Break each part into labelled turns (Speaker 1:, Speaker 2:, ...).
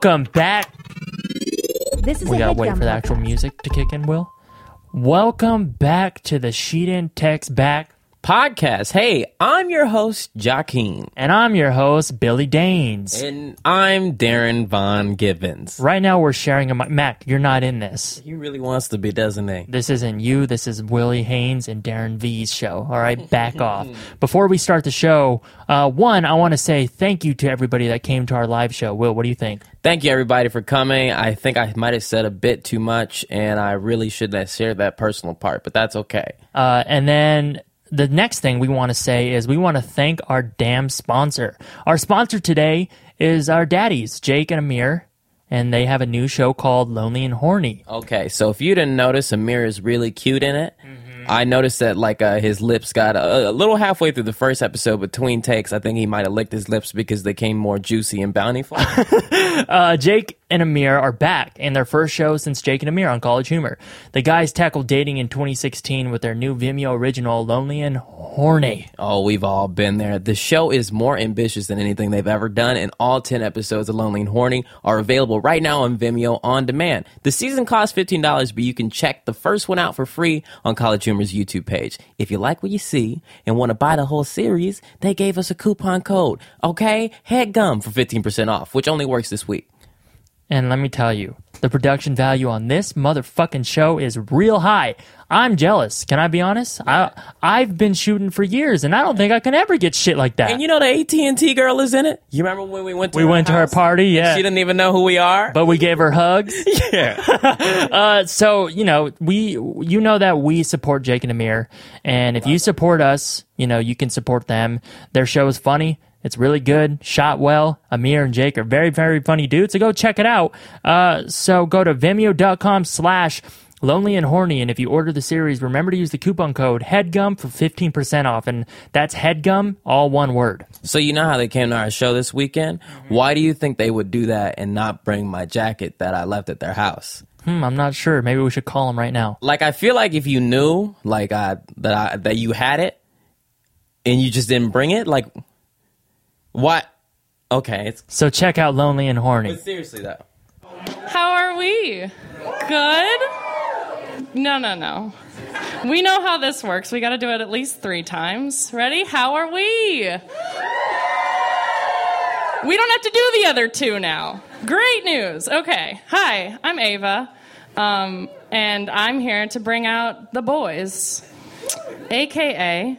Speaker 1: Welcome back.
Speaker 2: This is
Speaker 1: We
Speaker 2: a
Speaker 1: gotta wait
Speaker 2: headgum
Speaker 1: for the actual
Speaker 2: podcast.
Speaker 1: music to kick in, Will. Welcome back to the Sheet and Text Back,
Speaker 3: podcast. Hey, I'm your host, Joaquin.
Speaker 1: and I'm your host, Billy Danes.
Speaker 3: And I'm Darren Von Givens.
Speaker 1: Right now, we're sharing a mic. Mac, you're not in this.
Speaker 3: He really wants to be, doesn't he?
Speaker 1: This isn't you. This is Willie Haynes and Darren V's show. All right, back off. Before we start the show, uh, one, I want to say thank you to everybody that came to our live show. Will, what do you think?
Speaker 3: Thank you, everybody, for coming. I think I might have said a bit too much, and I really shouldn't have shared that personal part, but that's okay.
Speaker 1: Uh, and then the next thing we want to say is we want to thank our damn sponsor. Our sponsor today is our daddies, Jake and Amir, and they have a new show called Lonely and Horny.
Speaker 3: Okay, so if you didn't notice, Amir is really cute in it. I noticed that, like, uh, his lips got a, a little halfway through the first episode between takes. I think he might have licked his lips because they came more juicy and bountiful.
Speaker 1: Uh, Jake and Amir are back in their first show since Jake and Amir on College Humor. The guys tackled dating in 2016 with their new Vimeo original, Lonely and Horny.
Speaker 3: Oh, we've all been there. The show is more ambitious than anything they've ever done, and all 10 episodes of Lonely and Horny are available right now on Vimeo on demand. The season costs $15, but you can check the first one out for free on College Humor's YouTube page. If you like what you see and want to buy the whole series, they gave us a coupon code, okay? Headgum for 15% off, which only works this week.
Speaker 1: And let me tell you, the production value on this motherfucking show is real high. I'm jealous. Can I be honest? I I've been shooting for years, and I don't think I can ever get shit like that.
Speaker 3: And you know the AT&T girl is in it? You remember when we went to
Speaker 1: we went to her
Speaker 3: house?
Speaker 1: party, yeah,
Speaker 3: She didn't even know who we are.
Speaker 1: but we gave her hugs. yeah. uh, so you know, we you know that we support Jake and Amir, and if you support us, you know you can support them. Their show is funny. It's really good, shot well. Amir and Jake are very, very funny dudes. So go check it out. Uh, so go to vimeo.com slash lonely and horny. And if you order the series, remember to use the coupon code headgum for 15% off. And that's headgum, all one word.
Speaker 3: So you know how they came to our show this weekend? Why do you think they would do that and not bring my jacket that I left at their house?
Speaker 1: Hmm, I'm not sure. Maybe we should call them right now.
Speaker 3: Like I feel like if you knew like I that I that you had it and you just didn't bring it, like what? Okay, it's
Speaker 1: So check out Lonely and Horny.
Speaker 3: seriously though.
Speaker 4: How are we? Good? No, no, no. We know how this works. We got to do it at least three times. Ready? How are we? We don't have to do the other two now. Great news. Okay. Hi, I'm Ava, um, and I'm here to bring out the boys, aka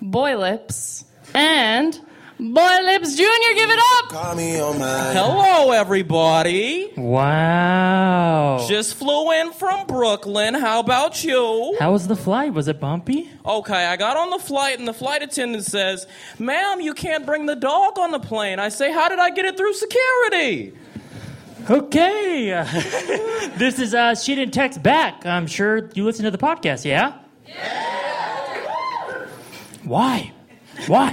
Speaker 4: Boy Lips and Boy Lips Jr. Give it up!
Speaker 5: Call me on my
Speaker 3: Hello everybody.
Speaker 1: Wow.
Speaker 3: Just flew in from Brooklyn. How about you?
Speaker 1: How was the flight? Was it bumpy?
Speaker 3: Okay, I got on the flight and the flight attendant says, "Ma'am, you can't bring the dog on the plane." I say, "How did I get it through security?"
Speaker 1: Okay. this is uh, She Didn't Text Back. I'm sure you listen to the podcast, yeah? Why? Why?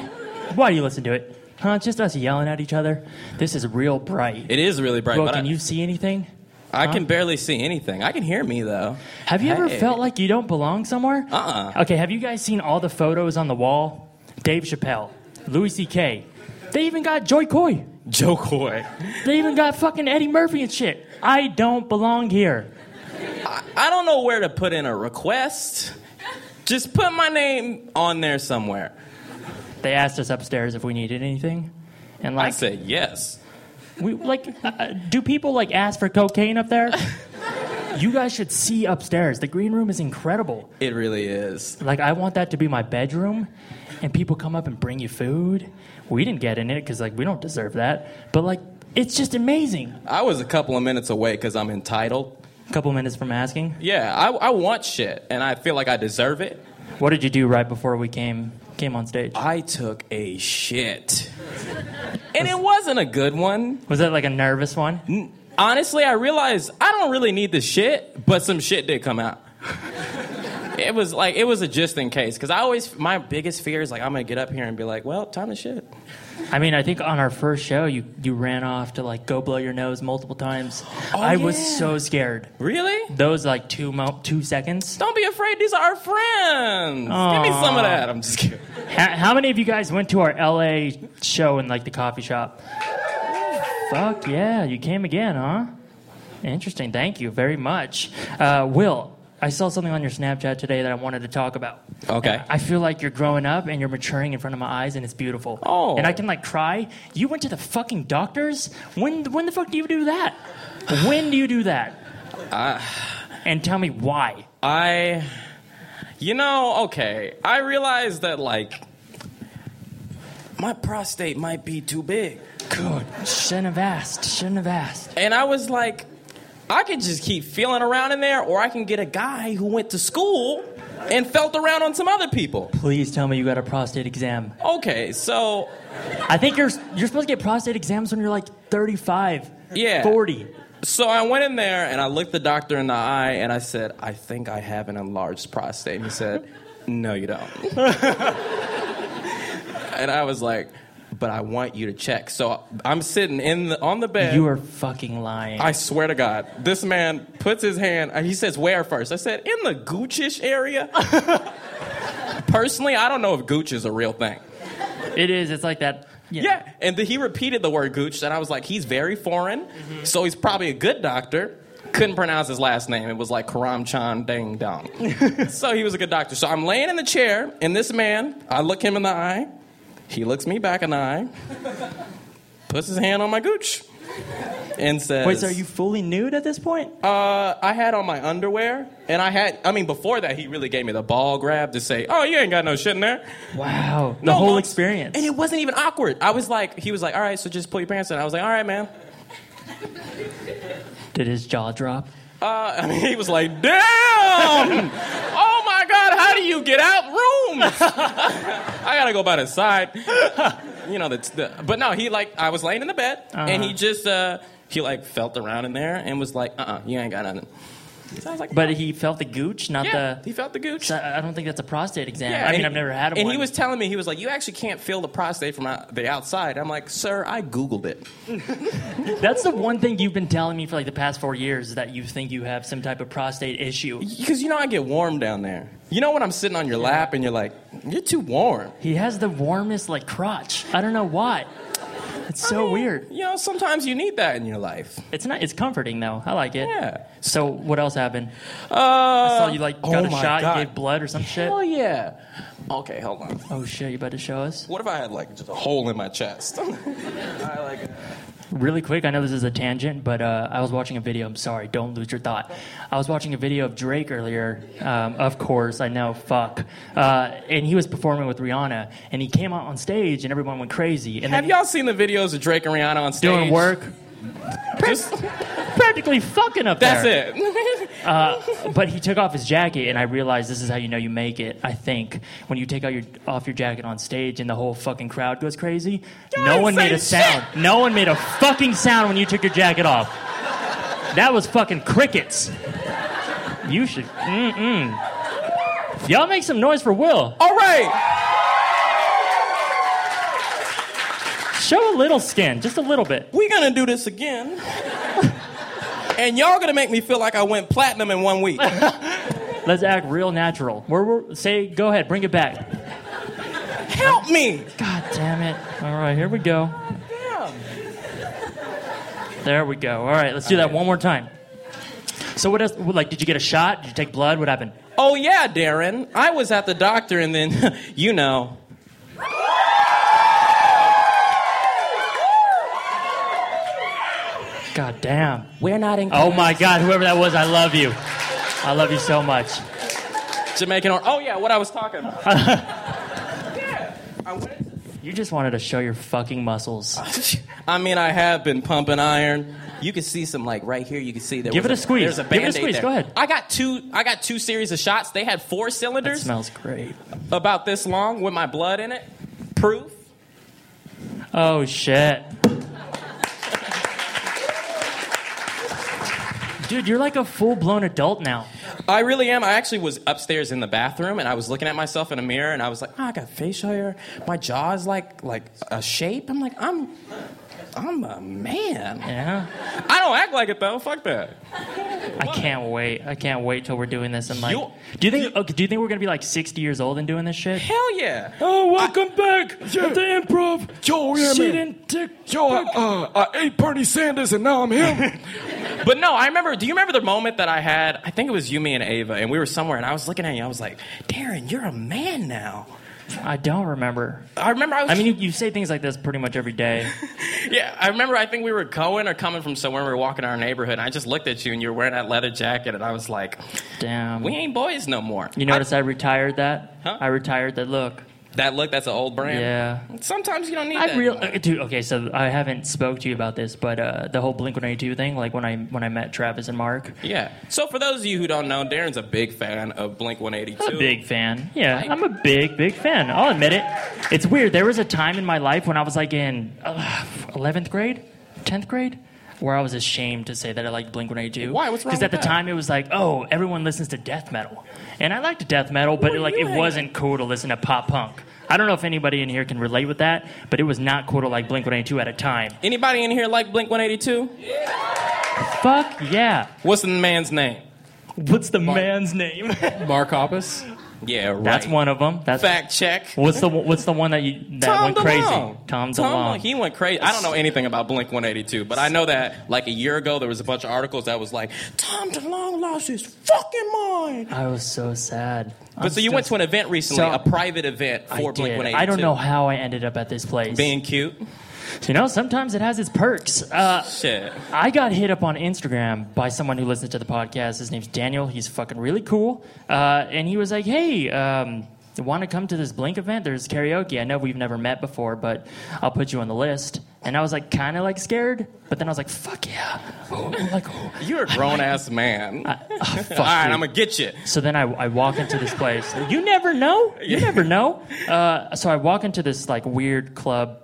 Speaker 1: Why do you listen to it? Huh? It's Just us yelling at each other? This is real bright.
Speaker 3: It is really bright,
Speaker 1: Well,
Speaker 3: but
Speaker 1: can
Speaker 3: I,
Speaker 1: you see anything?
Speaker 3: I can barely see anything. I can hear me though.
Speaker 1: Have you ever
Speaker 3: Hey.
Speaker 1: felt like you don't belong somewhere?
Speaker 3: Uh-uh.
Speaker 1: Okay, have you guys seen all the photos on the wall? Dave Chappelle, Louis C.K., they even got Joy Coy.
Speaker 3: Joe Coy.
Speaker 1: They even got fucking Eddie Murphy and shit. I don't belong here.
Speaker 3: I don't know where to put in a request. Just put my name on there somewhere.
Speaker 1: They asked us upstairs if we needed anything. And
Speaker 3: I
Speaker 1: like,
Speaker 3: said yes.
Speaker 1: we like, uh, do people like ask for cocaine up there? you guys should see upstairs. The green room is incredible.
Speaker 3: It really is.
Speaker 1: Like, I want that to be my bedroom, and people come up and bring you food. We didn't get in it because like we don't deserve that. But like, it's just amazing.
Speaker 3: I was a couple of minutes away because I'm entitled.
Speaker 1: A couple minutes from asking,
Speaker 3: Yeah, I, I want shit, and I feel like I deserve it.
Speaker 1: what did you do right before we came came on stage?
Speaker 3: I took a shit. And it wasn't a good one.
Speaker 1: Was that like a nervous one?
Speaker 3: Honestly, I realized I don't really need the shit, but some shit did come out. It was like it was a just in case because I always my biggest fear is like I'm gonna get up here and be like, well, time to shit.
Speaker 1: I mean, I think on our first show, you, you ran off to like go blow your nose multiple times. I was
Speaker 3: yeah.
Speaker 1: so scared.
Speaker 3: Really?
Speaker 1: Those like two mo- two seconds.
Speaker 3: Don't be afraid. These are our friends. Give me some of that. I'm just kidding.
Speaker 1: How, how many of you guys went to our LA show in like the coffee shop? Fuck yeah, you came again, huh? Interesting. Thank you very much. Uh, Will, I saw something on your Snapchat today that I wanted to talk about.
Speaker 3: Okay.
Speaker 1: And I feel like you're growing up and you're maturing in front of my eyes, and it's beautiful.
Speaker 3: Oh.
Speaker 1: And I can like cry. You went to the fucking doctors. When when the fuck do you do that? when do you do that?
Speaker 3: Uh,
Speaker 1: and tell me why.
Speaker 3: I, you know, okay. I realized that like my prostate might be too big.
Speaker 1: Good. Shouldn't have asked. Shouldn't have asked.
Speaker 3: And I was like, I could just keep feeling around in there, or I can get a guy who went to school and felt around on some other people.
Speaker 1: Please tell me you got a prostate exam.
Speaker 3: Okay, so
Speaker 1: I think you're you're supposed to get prostate exams when you're like 35,
Speaker 3: yeah,
Speaker 1: 40.
Speaker 3: So I went in there and I looked the doctor in the eye and I said, "I think I have an enlarged prostate." And he said, "No, you don't." and I was like, but I want you to check. So I'm sitting in the, on the bed.
Speaker 1: You are fucking lying.
Speaker 3: I swear to God, this man puts his hand. He says, "Where first? I said, "In the goochish area." Personally, I don't know if gooch is a real thing.
Speaker 1: It is. It's like that.
Speaker 3: Yeah. yeah. And he repeated the word gooch, and I was like, "He's very foreign, mm-hmm. so he's probably a good doctor." Couldn't pronounce his last name. It was like Karam Chan Dang Dong. so he was a good doctor. So I'm laying in the chair, and this man, I look him in the eye. He looks me back in the eye, puts his hand on my gooch, and says,
Speaker 1: "Wait, so are you fully nude at this point?"
Speaker 3: Uh, I had on my underwear, and I had. I mean, before that, he really gave me the ball grab to say, "Oh, you ain't got no shit in there."
Speaker 1: Wow, the no, whole months. experience,
Speaker 3: and it wasn't even awkward. I was like, he was like, "All right, so just pull your pants in." I was like, "All right, man."
Speaker 1: Did his jaw drop?
Speaker 3: Uh, I mean, he was like, "Damn! oh my God, how do you get out rooms?" I gotta go by the side. you know, the, the, but no, he like I was laying in the bed uh-huh. and he just uh, he like felt around in there and was like, uh, uh-uh, uh you ain't got nothing.
Speaker 1: So like, but no. he felt the gooch, not
Speaker 3: yeah,
Speaker 1: the.
Speaker 3: He felt the gooch.
Speaker 1: So I don't think that's a prostate exam. Yeah, I mean, he, I've never had
Speaker 3: and
Speaker 1: one.
Speaker 3: And he was telling me, he was like, "You actually can't feel the prostate from the outside." I'm like, "Sir, I googled
Speaker 1: it." that's the one thing you've been telling me for like the past four years that you think you have some type of prostate issue.
Speaker 3: Because you know, I get warm down there. You know when I'm sitting on your yeah. lap and you're like, "You're too warm."
Speaker 1: He has the warmest like crotch. I don't know why. It's so I mean, weird.
Speaker 3: You know, sometimes you need that in your life.
Speaker 1: It's not. It's comforting though. I like it.
Speaker 3: Yeah.
Speaker 1: So what else happened?
Speaker 3: Uh, I
Speaker 1: saw you like got oh a shot, God. gave blood or some shit.
Speaker 3: Oh yeah. Okay, hold on.
Speaker 1: Oh shit, you about to show us?
Speaker 3: What if I had like just a hole in my chest? I like. It.
Speaker 1: Really quick, I know this is a tangent, but uh, I was watching a video. I'm sorry, don't lose your thought. I was watching a video of Drake earlier. Um, of course, I know, fuck. Uh, and he was performing with Rihanna, and he came out on stage, and everyone went crazy. And
Speaker 3: have y'all seen the videos of Drake and Rihanna on stage
Speaker 1: doing work? Just practically fucking up
Speaker 3: That's
Speaker 1: there.
Speaker 3: it.
Speaker 1: uh, but he took off his jacket, and I realized this is how you know you make it. I think when you take out your off your jacket on stage, and the whole fucking crowd goes crazy.
Speaker 3: God,
Speaker 1: no one made a
Speaker 3: shit.
Speaker 1: sound. No one made a fucking sound when you took your jacket off. That was fucking crickets. You should. Mm-mm. Y'all make some noise for Will.
Speaker 3: All right.
Speaker 1: Show a little skin, just a little bit.
Speaker 3: We're gonna do this again. and y'all gonna make me feel like I went platinum in one week.
Speaker 1: Let's act real natural. We're, we're, say, go ahead, bring it back.
Speaker 3: Help me!
Speaker 1: God damn it. All right, here we go. There we go. All right, let's do that one more time. So what else? Like, did you get a shot? Did you take blood? What happened?
Speaker 3: Oh yeah, Darren. I was at the doctor, and then, you know.
Speaker 1: God damn.
Speaker 3: We're not in.
Speaker 1: Oh my God, whoever that was, I love you. I love you so much.
Speaker 3: Jamaican or oh yeah, what I was talking about. yeah, I went.
Speaker 1: You just wanted to show your fucking muscles.
Speaker 3: I mean, I have been pumping iron. You can see some like right here. You can see there.
Speaker 1: Give it a,
Speaker 3: a
Speaker 1: squeeze.
Speaker 3: There's a
Speaker 1: Give
Speaker 3: it
Speaker 1: a squeeze.
Speaker 3: There.
Speaker 1: Go ahead.
Speaker 3: I got two. I got two series of shots. They had four cylinders.
Speaker 1: That smells great.
Speaker 3: About this long with my blood in it. Proof.
Speaker 1: Oh shit. Dude, you're like a full blown adult now.
Speaker 3: I really am. I actually was upstairs in the bathroom and I was looking at myself in a mirror and I was like, oh, I got facial hair. My jaw is like like a shape. I'm like, I'm I'm a man.
Speaker 1: Yeah.
Speaker 3: I don't act like it though. Fuck that.
Speaker 1: I I can't wait. I can't wait till we're doing this. And like,
Speaker 3: You-
Speaker 1: do you think? okay, do you think we're gonna be like sixty years old and doing this shit?
Speaker 3: Hell yeah.
Speaker 1: Oh, welcome back
Speaker 3: Yeah.
Speaker 1: to the improv.
Speaker 3: Yo, yeah,
Speaker 1: She
Speaker 3: man.
Speaker 1: didn't tick-
Speaker 3: Yo, I, uh, I ate Bernie Sanders and now I'm him. but no, I remember. Do you remember the moment that I had? I think it was you, me, and Ava, and we were somewhere, and I was looking at you. I was like, Darren, you're a man now.
Speaker 1: I don't remember.
Speaker 3: I remember. I was.
Speaker 1: I mean, you, you say things like this pretty much every day.
Speaker 3: yeah, I remember. I think we were going or coming from somewhere. and We were walking in our neighborhood, and I just looked at you, and you were wearing that leather jacket, and I was like,
Speaker 1: Damn.
Speaker 3: we ain't boys no more.
Speaker 1: you notice I, retired that.
Speaker 3: Huh?
Speaker 1: I retired that look.
Speaker 3: that look? That's an old brand.
Speaker 1: Yeah.
Speaker 3: Sometimes you don't need
Speaker 1: I
Speaker 3: that.
Speaker 1: real
Speaker 3: anymore.
Speaker 1: uh, dude. Okay, so I haven't spoke to you about this, but uh, the whole Blink One Eighty Two thing, like when I when I met Travis and Mark,
Speaker 3: Yeah. So for those of you who don't know, Darren's a big fan of Blink 182.
Speaker 1: I'm a big fan. Yeah, I'm a big big fan. I'll admit it. It's weird. There was a time in my life when I was like in uh, eleventh grade, tenth grade. Where I was ashamed to say that I liked Blink 182.
Speaker 3: Why? What's wrong
Speaker 1: Because at the
Speaker 3: with that?
Speaker 1: time it was like, oh, everyone listens to death metal, and I liked death metal, but it, like
Speaker 3: you
Speaker 1: it
Speaker 3: hanging?
Speaker 1: wasn't cool to listen to pop punk. I don't know if anybody in here can relate with that, but it was not cool to like Blink 182 at a time.
Speaker 3: Anybody in here like Blink 182?
Speaker 1: Fuck yeah!
Speaker 3: What's the man's name?
Speaker 1: What's the man's name?
Speaker 5: Mark Hoppus.
Speaker 3: Yeah, right.
Speaker 1: That's one of them. That's
Speaker 3: Fact check.
Speaker 1: what's the what's the one that you that
Speaker 3: Tom
Speaker 1: went crazy?
Speaker 3: DeLonge.
Speaker 1: Tom DeLonge.
Speaker 3: He went crazy. I don't know anything about Blink 182, but I know that like a year ago there was a bunch of articles that was like Tom DeLonge lost his fucking mind.
Speaker 1: I was so sad.
Speaker 3: But so you went to an event recently,
Speaker 1: So-
Speaker 3: a private event for
Speaker 1: I
Speaker 3: Blink
Speaker 1: did.
Speaker 3: 182.
Speaker 1: I don't know how I ended up at this place.
Speaker 3: Being cute,
Speaker 1: you know, sometimes it has its perks. Uh,
Speaker 3: shit.
Speaker 1: I got hit up on Instagram by someone who listens to the podcast. His name's Daniel. He's fucking really cool. Uh, and he was like, hey, um, want to come to this Blink event? There's karaoke. I know we've never met before, but I'll put you on the list. And I was like, kind of like scared, but then I was like, fuck yeah. Oh, like, oh.
Speaker 3: You're a grown ass man.
Speaker 1: fuck
Speaker 3: All right,
Speaker 1: you.
Speaker 3: I'm gonna get you.
Speaker 1: So then I, I walk into this place. You never know. You never know. Uh, so I walk into this like weird club,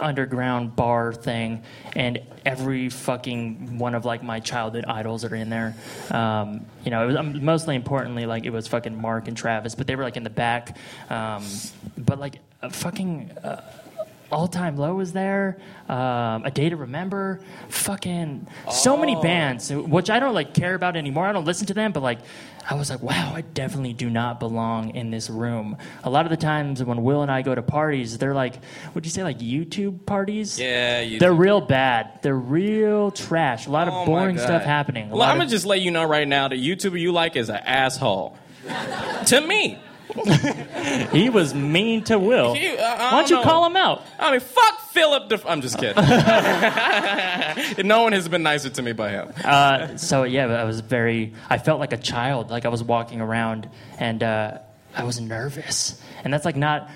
Speaker 1: underground bar thing, and every fucking one of like my childhood idols are in there. Um, you know, it was, um, mostly importantly, like it was fucking Mark and Travis, but they were like in the back. Um, but like a fucking. Uh, all Time Low was there, um, A Day to Remember, fucking so
Speaker 3: Oh.
Speaker 1: many bands, which I don't like care about anymore. I don't listen to them, but like, I was like, wow, I definitely do not belong in this room. A lot of the times when Will and I go to parties, they're like, would you say like YouTube parties?
Speaker 3: Yeah, you.
Speaker 1: They're real bad. They're real trash. A lot of
Speaker 3: Oh my
Speaker 1: boring
Speaker 3: God.
Speaker 1: stuff happening. A
Speaker 3: Well,
Speaker 1: lot
Speaker 3: I'm
Speaker 1: of-
Speaker 3: gonna just let you know right now, the YouTuber you like is an asshole. to me,
Speaker 1: he was mean to Will.
Speaker 3: He- I- I
Speaker 1: Why don't
Speaker 3: don't
Speaker 1: you
Speaker 3: know.
Speaker 1: call him out?
Speaker 3: I mean, fuck Philip. Def- I'm just kidding. no one has been nicer to me but him.
Speaker 1: Uh, so yeah, I was very. I felt like a child. Like I was walking around, and uh, I was nervous. And that's like not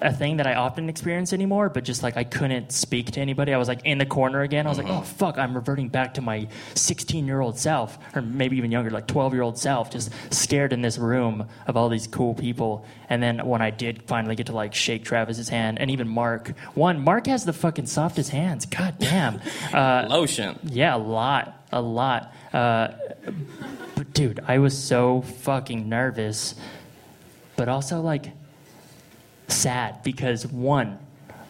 Speaker 1: a thing that I often experience anymore. But just like I couldn't speak to anybody. I was like in the corner again. I was like, oh fuck, I'm reverting back to my 16 year old self, or maybe even younger, like 12 year old self, just scared in this room of all these cool people. And then when I did finally get to like shake Travis's hand, and even Mark. One, Mark has the fucking softest hands. God damn. Uh,
Speaker 3: Lotion.
Speaker 1: yeah, a lot, a lot. Uh, but dude, I was so fucking nervous, but also like sad because one,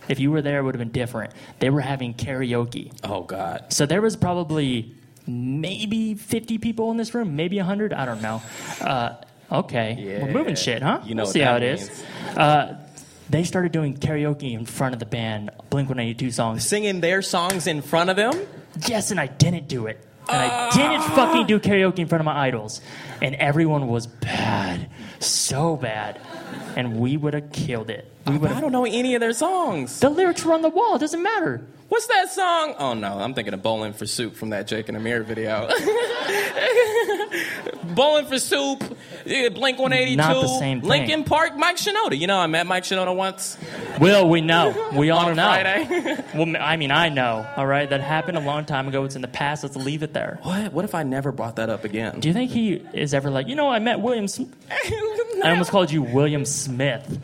Speaker 1: if you were there, it would have been different. They were having karaoke,
Speaker 3: Oh God.
Speaker 1: so there was probably maybe fifty people in this room, maybe hundred. I don't know. Uh, okay, we're moving shit, huh?
Speaker 3: You know
Speaker 1: we'll
Speaker 3: what
Speaker 1: see how
Speaker 3: that
Speaker 1: it is. Uh, they started doing karaoke in front of the band, Blink One Eighty Two songs.
Speaker 3: Singing their songs in front of them.
Speaker 1: Yes, and I didn't do it. And I didn't fucking do karaoke in front of my idols. And everyone was bad. So bad. And we would have killed it. We would
Speaker 3: I
Speaker 1: have.
Speaker 3: don't know any of their songs.
Speaker 1: The lyrics were on the wall. It doesn't matter.
Speaker 3: What's that song? Oh no, I'm thinking of Bowling for Soup from that Jake and Amir video. Bowling for Soup, yeah, Blink 182,
Speaker 1: Not the same thing.
Speaker 3: Lincoln Park, Mike Shinoda. You know, I met Mike Shinoda once
Speaker 1: Will, we know. We all
Speaker 3: on a
Speaker 1: know.
Speaker 3: Friday.
Speaker 1: Well, I mean, I know. All right. That happened a long time ago. It's in the past. Let's leave it there.
Speaker 3: what? What if I never brought that up again?
Speaker 1: Do you think he is ever like, you know, I met William Smith? I almost called you William Smith.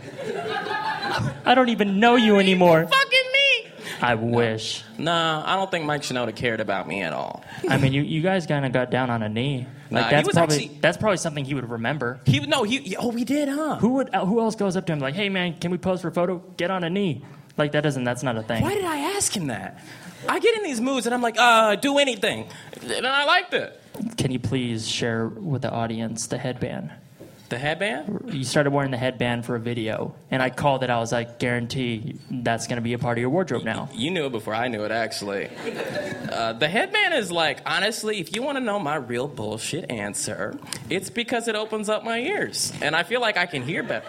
Speaker 1: I don't even know you anymore.
Speaker 3: Fucking me.
Speaker 1: I wish.
Speaker 3: Nah, I don't think Mike Shinoda cared about me at all.
Speaker 1: I mean, you, you guys kind of got down on a knee. Like
Speaker 3: Nah, he
Speaker 1: that's
Speaker 3: was
Speaker 1: probably
Speaker 3: actually-
Speaker 1: that's probably something he would remember.
Speaker 3: He no, he oh we did, huh?
Speaker 1: Who would uh, who else goes up to him like, "Hey man, can we pose for a photo? Get on a knee." Like that doesn't that's not a thing.
Speaker 3: Why did I ask him that? I get in these moods and I'm like, uh, do anything, and I liked it.
Speaker 1: Can you please share with the audience the headband?
Speaker 3: The headband?
Speaker 1: You started wearing the headband for a video, and I called it. I was like, guarantee that's going to be a part of your wardrobe now.
Speaker 3: You knew it before I knew it, actually. Uh, the headband is like, honestly, if you want to know my real bullshit answer, it's because it opens up my ears, and I feel like I can hear better.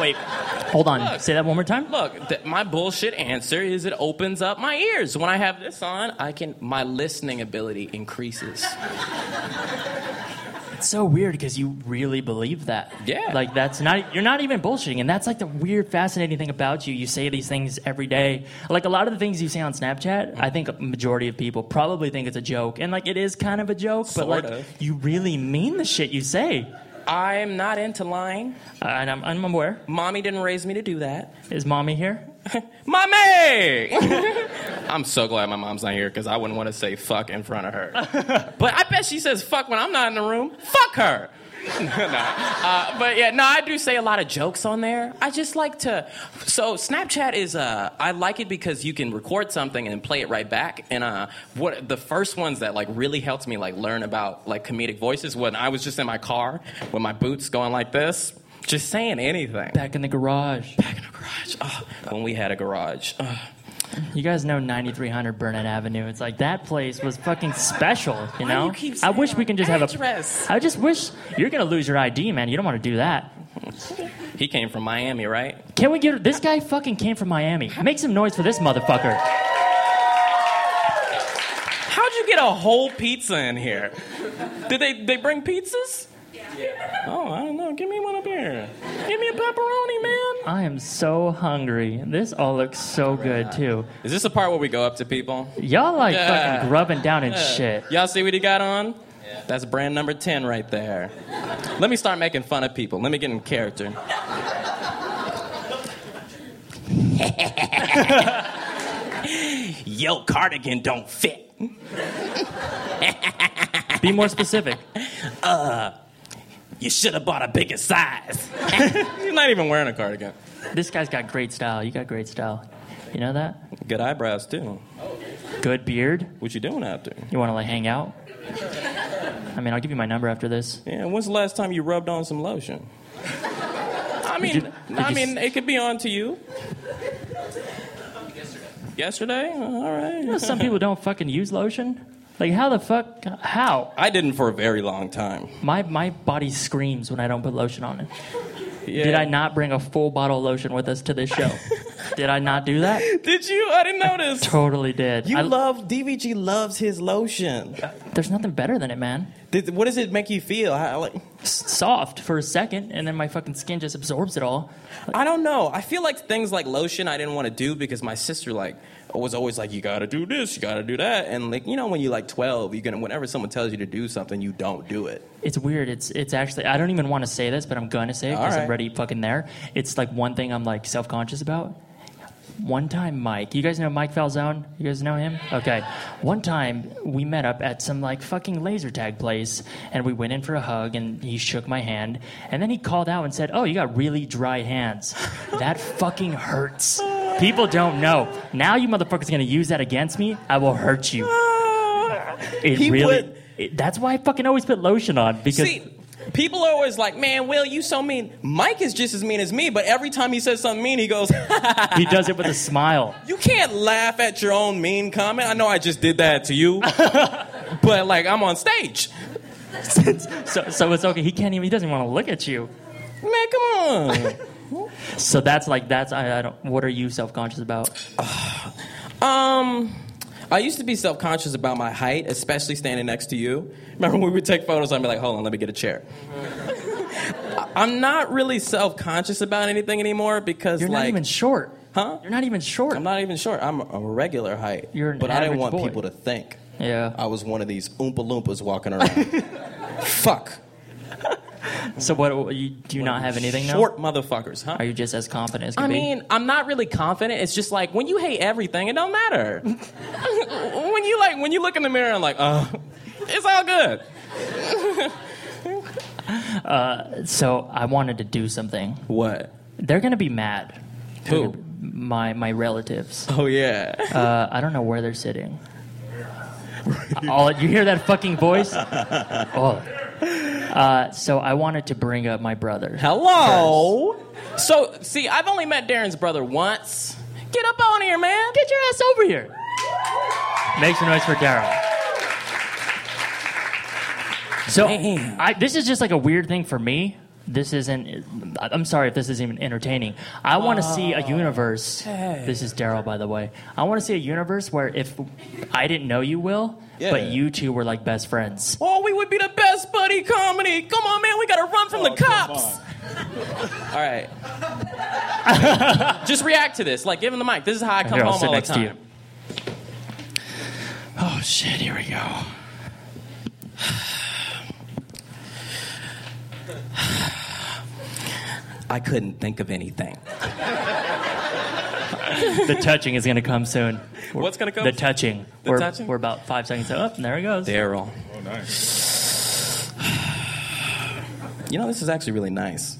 Speaker 3: Wait,
Speaker 1: Hold on. Say that one more time.
Speaker 3: Look, th- my bullshit answer is it opens up my ears. When I have this on, I can my listening ability increases.
Speaker 1: It's so weird because you really believe that.
Speaker 3: Yeah.
Speaker 1: Like that's not you're not even bullshitting, and that's like the weird, fascinating thing about you. You say these things every day. Like a lot of the things you say on Snapchat, I think a majority of people probably think it's a joke, and like it is kind of a joke,
Speaker 3: Sort
Speaker 1: but like
Speaker 3: of.
Speaker 1: you really mean the shit you say.
Speaker 3: I'm not into lying.
Speaker 1: Uh, and I'm, I'm aware.
Speaker 3: Mommy didn't raise me to do that.
Speaker 1: Is mommy here?
Speaker 3: Mommy! I'm so glad my mom's not here because I wouldn't want to say fuck in front of her. but I bet she says fuck when I'm not in the room. Fuck her! no, uh, but yeah, no, I do say a lot of jokes on there. I just like to. So Snapchat is, uh, I like it because you can record something and play it right back. And uh, what the first ones that like really helped me like learn about like comedic voices when I was just in my car with my boots going like this, just saying anything.
Speaker 1: Back in the garage.
Speaker 3: Garage. Oh, when we had a garage. Oh.
Speaker 1: You guys know 9300 Burnett Avenue. It's like that place was fucking special, you know?
Speaker 3: you keep
Speaker 1: I wish we can just have
Speaker 3: address?
Speaker 1: a I just wish you're going to lose your ID, man. You don't want to do that.
Speaker 3: He came from Miami, right?
Speaker 1: Can we get this guy fucking came from Miami. Make some noise for this motherfucker.
Speaker 3: How'd you get a whole pizza in here? Did they they bring pizzas? Yeah. Oh, I don't know. Give me one up here. Give me a pepperoni, man.
Speaker 1: I am so hungry. This all looks so good too.
Speaker 3: Is this the part where we go up to people?
Speaker 1: Y'all like
Speaker 3: Yeah.
Speaker 1: fucking grubbing down and shit.
Speaker 3: Y'all see what he got on? That's brand number 10 right there. Let me start making fun of people. Let me get in character. Yo, cardigan don't fit.
Speaker 1: Be more specific.
Speaker 3: You should have bought a bigger size. You're not even wearing a cardigan.
Speaker 1: This guy's got great style. You got great style. You know that?
Speaker 3: Good eyebrows, too.
Speaker 1: Good beard.
Speaker 3: What you doing out there?
Speaker 1: You want to like hang out? I mean, I'll give you my number after this.
Speaker 3: Yeah, when's the last time you rubbed on some lotion? I mean,
Speaker 1: Did you-
Speaker 3: I
Speaker 1: did you-
Speaker 3: mean, it could be on to you. Yesterday. Uh, All
Speaker 1: You know,
Speaker 3: right.
Speaker 1: some people don't fucking use lotion. Like how the fuck? How?
Speaker 3: I didn't for a very long time.
Speaker 1: My my body screams when I don't put lotion on it.
Speaker 3: Yeah.
Speaker 1: Did I not bring a full bottle of lotion with us to this show? did I not do that?
Speaker 3: Did you? I didn't notice.
Speaker 1: Totally did.
Speaker 3: You
Speaker 1: I-
Speaker 3: love DVG loves his lotion.
Speaker 1: there's nothing better than it, man.
Speaker 3: Did, what does it make you feel? How, like,
Speaker 1: S- soft for a second, and then my fucking skin just absorbs it all.
Speaker 3: I don't know. I feel like things like lotion I didn't want to do because my sister like was always like, "You gotta do this, you gotta do that," and like you know when you're like 12, you're gonna whenever someone tells you to do something, you don't do it.
Speaker 1: It's weird. It's it's actually I don't even want to say this, but I'm gonna say it because
Speaker 3: Alright.
Speaker 1: I'm already fucking there. It's like one thing I'm like self conscious about. One time, Mike. You guys know Mike Falzone? You guys know him? Okay. One time we met up at some like fucking laser tag place, and we went in for a hug, and he shook my hand, and then he called out and said, "Oh, you got really dry hands. That fucking hurts." People don't know. Now you motherfuckers gonna use that against me? I will hurt you. It
Speaker 3: He
Speaker 1: really.
Speaker 3: would-
Speaker 1: it- that's why I fucking always put lotion on because
Speaker 3: See, people are always like, "Man, Will, you so mean." Mike is just as mean as me, but every time he says something mean, he goes,
Speaker 1: he does it with a smile.
Speaker 3: "You can't laugh at your own mean comment." I know I just did that to you, but like I'm on stage,
Speaker 1: So, so it's okay. He can't even. He doesn't want to look at you.
Speaker 3: man. Come on.
Speaker 1: So that's like that's. I, I don't. What are you self conscious about?
Speaker 3: Um, I used to be self conscious about my height, especially standing next to you. Remember when we would take photos, I'd be like, hold on, let me get a chair. I- I'm not really self conscious about anything anymore because,
Speaker 1: You're
Speaker 3: like,
Speaker 1: not even short.
Speaker 3: Huh?
Speaker 1: You're not even short.
Speaker 3: I'm not even short. I'm a regular height.
Speaker 1: You're an
Speaker 3: but I didn't
Speaker 1: average
Speaker 3: want
Speaker 1: boy.
Speaker 3: people to think
Speaker 1: yeah.
Speaker 3: I was one of these Oompa Loompas walking around. Fuck.
Speaker 1: So what? You do you not have anything now?
Speaker 3: Short motherfuckers, huh?
Speaker 1: Are you just as confident as can
Speaker 3: I
Speaker 1: be?
Speaker 3: mean, I'm not really confident. It's just like when you hate everything, it don't matter. when you like, when you look in the mirror and like, uh, it's all good.
Speaker 1: so I wanted to do something.
Speaker 3: What?
Speaker 1: They're gonna be mad.
Speaker 3: Who?
Speaker 1: My my relatives.
Speaker 3: Oh yeah.
Speaker 1: Uh, I don't know where they're sitting. All, you hear that fucking voice? Oh. Uh, so I wanted to bring up my brother.
Speaker 6: Hello.
Speaker 3: So, see, I've only met Darren's brother once. Get up on here, man.
Speaker 1: Get your ass over here. Make some noise for Daryl. So I, this is just like a weird thing for me. This isn't. I'm sorry if this is even entertaining. I want to see a universe. This is Daryl, by the way. I want to see a universe where if I didn't know you, Will, but
Speaker 3: Yeah.
Speaker 1: you two were like best friends.
Speaker 3: Oh, we would be the best buddy comedy. Come on, man. We got to run from the cops. All right. Just react to this. Like, give him the mic. This is how I come
Speaker 1: Here, I'll
Speaker 3: home
Speaker 1: sit
Speaker 3: all
Speaker 1: next
Speaker 3: the
Speaker 1: to
Speaker 3: time.
Speaker 1: you.
Speaker 3: Oh shit, here we go. I couldn't think of anything.
Speaker 1: The touching is going to come soon.
Speaker 3: What's gonna come?
Speaker 1: The touching.
Speaker 3: The
Speaker 1: we're,
Speaker 3: touching?
Speaker 1: We're about five seconds up, and there it goes.
Speaker 3: Daryl. Oh, nice. You know, this is actually really nice.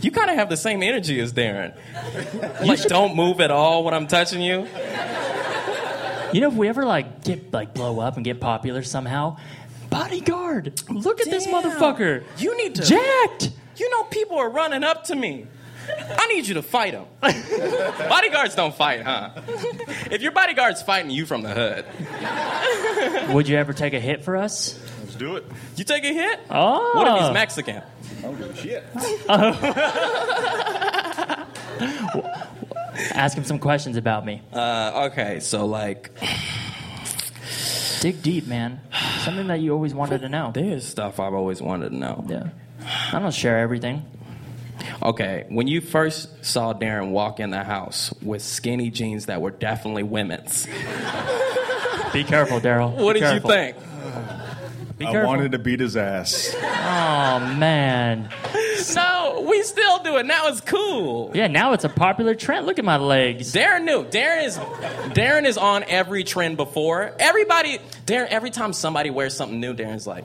Speaker 3: You kind of have the same energy as Darren. Like, don't move at all when I'm touching you.
Speaker 1: You know, if we ever like get like blow up and get popular somehow, bodyguard. Look at this
Speaker 3: Damn.
Speaker 1: motherfucker.
Speaker 3: You need to.
Speaker 1: Jacked.
Speaker 3: You know, people are running up to me. I need you to fight them. bodyguards don't fight, huh? if your bodyguard's fighting you from the hood,
Speaker 1: Would you ever take a hit for us?
Speaker 5: Let's do it.
Speaker 3: you take a hit?
Speaker 1: Oh.
Speaker 3: What if he's Mexican?
Speaker 5: Shit.
Speaker 1: Ask him some questions about me.
Speaker 3: Uh, okay, so like,
Speaker 1: Dig deep, man. Something that you always wanted to know.
Speaker 3: there's stuff I've always wanted to know.
Speaker 1: Yeah. I don't share everything.
Speaker 3: Okay, when you first saw Darren walk in the house with skinny jeans that were definitely women's,
Speaker 1: Be careful, Daryl.
Speaker 3: what
Speaker 1: Be
Speaker 3: did you
Speaker 1: careful.
Speaker 3: think?
Speaker 1: Be
Speaker 5: I
Speaker 1: careful.
Speaker 5: wanted to beat his ass.
Speaker 1: Oh man.
Speaker 3: No, we still do it. Now it's cool.
Speaker 1: Yeah. Now it's a popular trend. Look at my legs.
Speaker 3: Darren knew. Darren is Darren is on every trend before. Everybody Darren every time somebody wears something new, Darren's like,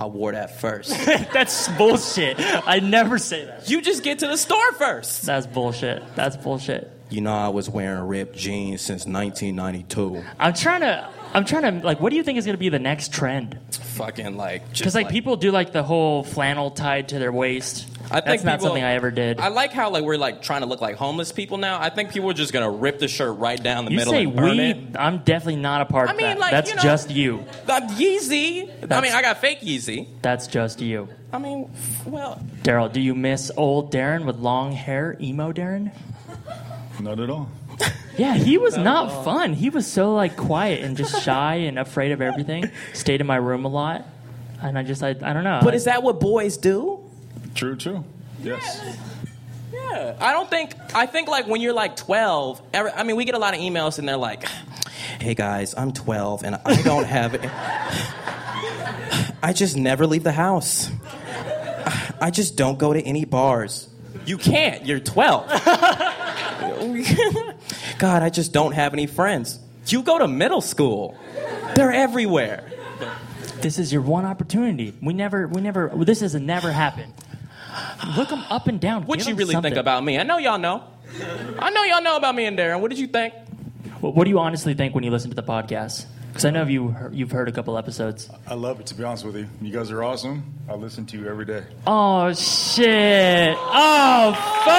Speaker 3: I wore that first.
Speaker 1: That's bullshit. I never say that.
Speaker 3: you just get to the store first.
Speaker 1: That's bullshit. That's bullshit.
Speaker 3: You know I was wearing ripped jeans since 1992.
Speaker 1: I'm trying to. I'm trying to like. What do you think is going to be the next trend?
Speaker 3: Fucking like just
Speaker 1: Because like, people do like the whole flannel tied to their waist.
Speaker 3: I think
Speaker 1: That's not
Speaker 3: people-
Speaker 1: something I ever did.
Speaker 3: I like how like we're like trying to look like homeless people now. I think people are just gonna rip the shirt right down the
Speaker 1: you
Speaker 3: middle
Speaker 1: say
Speaker 3: and burn
Speaker 1: we?
Speaker 3: it.
Speaker 1: I'm definitely not a part
Speaker 3: I
Speaker 1: of
Speaker 3: mean,
Speaker 1: that.
Speaker 3: like,
Speaker 1: That's
Speaker 3: you know-
Speaker 1: just you.
Speaker 3: Uh, Yeezy. I
Speaker 1: That's-
Speaker 3: mean, I got fake Yeezy.
Speaker 1: That's just you.
Speaker 3: I mean, well,
Speaker 1: Daryl, do you miss old Darren with long hair, emo Darren?
Speaker 5: Not at all.
Speaker 1: Yeah, he was not fun. He was so like quiet and just shy and afraid of everything. Stayed in my room a lot, and I just I, I don't know.
Speaker 3: but is that what boys do?
Speaker 5: True, true. Yes.
Speaker 3: Yeah. I don't think I think like when you're like 12, every, I mean we get a lot of emails and they're like, "Hey guys, I'm 12 and I don't have I just never leave the house. I just don't go to any bars." You can't. You're 12. God, I just don't have any friends. You go to middle school. They're everywhere.
Speaker 1: this is your one opportunity. We never we never this has never happened. Look him up and down.
Speaker 3: What
Speaker 1: Give
Speaker 3: you
Speaker 1: him
Speaker 3: really think
Speaker 1: something.
Speaker 3: about me? I know y'all know. I know y'all know about me and Darren. What did you think?
Speaker 1: What, what do you honestly think when you listen to the podcast? Because I know you heard- you've heard a couple episodes.
Speaker 5: I love it, to be honest with you. You guys are awesome. I listen to you every day.
Speaker 1: Oh shit! Oh fuck!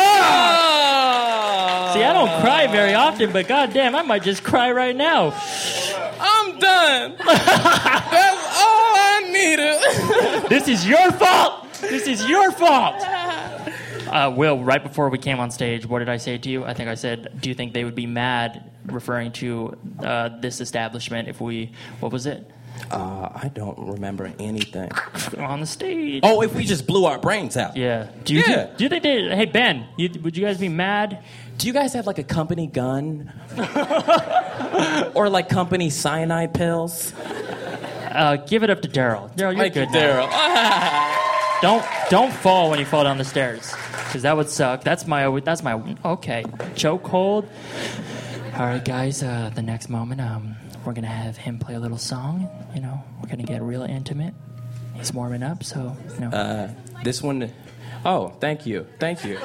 Speaker 1: See, I don't cry very often, but goddamn, I might just cry right now.
Speaker 3: I'm done. That's all I needed.
Speaker 1: This is your fault. This is your fault. Uh, Will, right before we came on stage, what did I say to you? I think I said, "Do you think they would be mad?" Referring to uh, this establishment, if we, what was it,
Speaker 3: Uh, I don't remember anything.
Speaker 1: on the stage?
Speaker 3: Oh, if we just blew our brains out.
Speaker 1: Yeah. Do you
Speaker 3: Yeah.
Speaker 1: do you think they? Hey Ben, you, would you guys be mad?
Speaker 3: Do you guys have like a company gun? or like company cyanide pills?
Speaker 1: Uh, give it up to Daryl. Daryl, you're
Speaker 3: Thank you,
Speaker 1: good. now.
Speaker 3: Daryl.
Speaker 1: Don't don't fall when you fall down the stairs, because that would suck. That's my that's my okay chokehold. All right, guys. Uh, the next moment, um, we're gonna have him play a little song. You know, we're gonna get real intimate. He's warming up, so you know.
Speaker 3: This one, oh, thank you, thank you.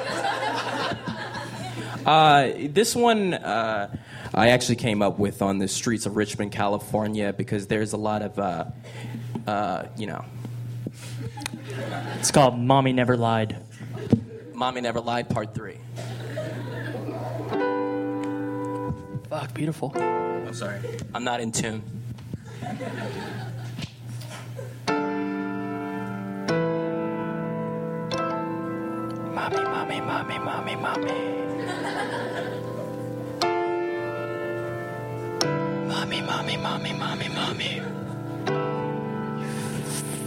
Speaker 3: Uh, this one, uh, I actually came up with on the streets of Richmond, California, because there's a lot of, uh, uh, you know,
Speaker 1: It's called Mommy Never Lied.
Speaker 3: Mommy Never Lied Part 3.
Speaker 1: Fuck, beautiful.
Speaker 3: I'm sorry. I'm not in tune. mommy, mommy, mommy, mommy, mommy. mommy, mommy, mommy, mommy, mommy.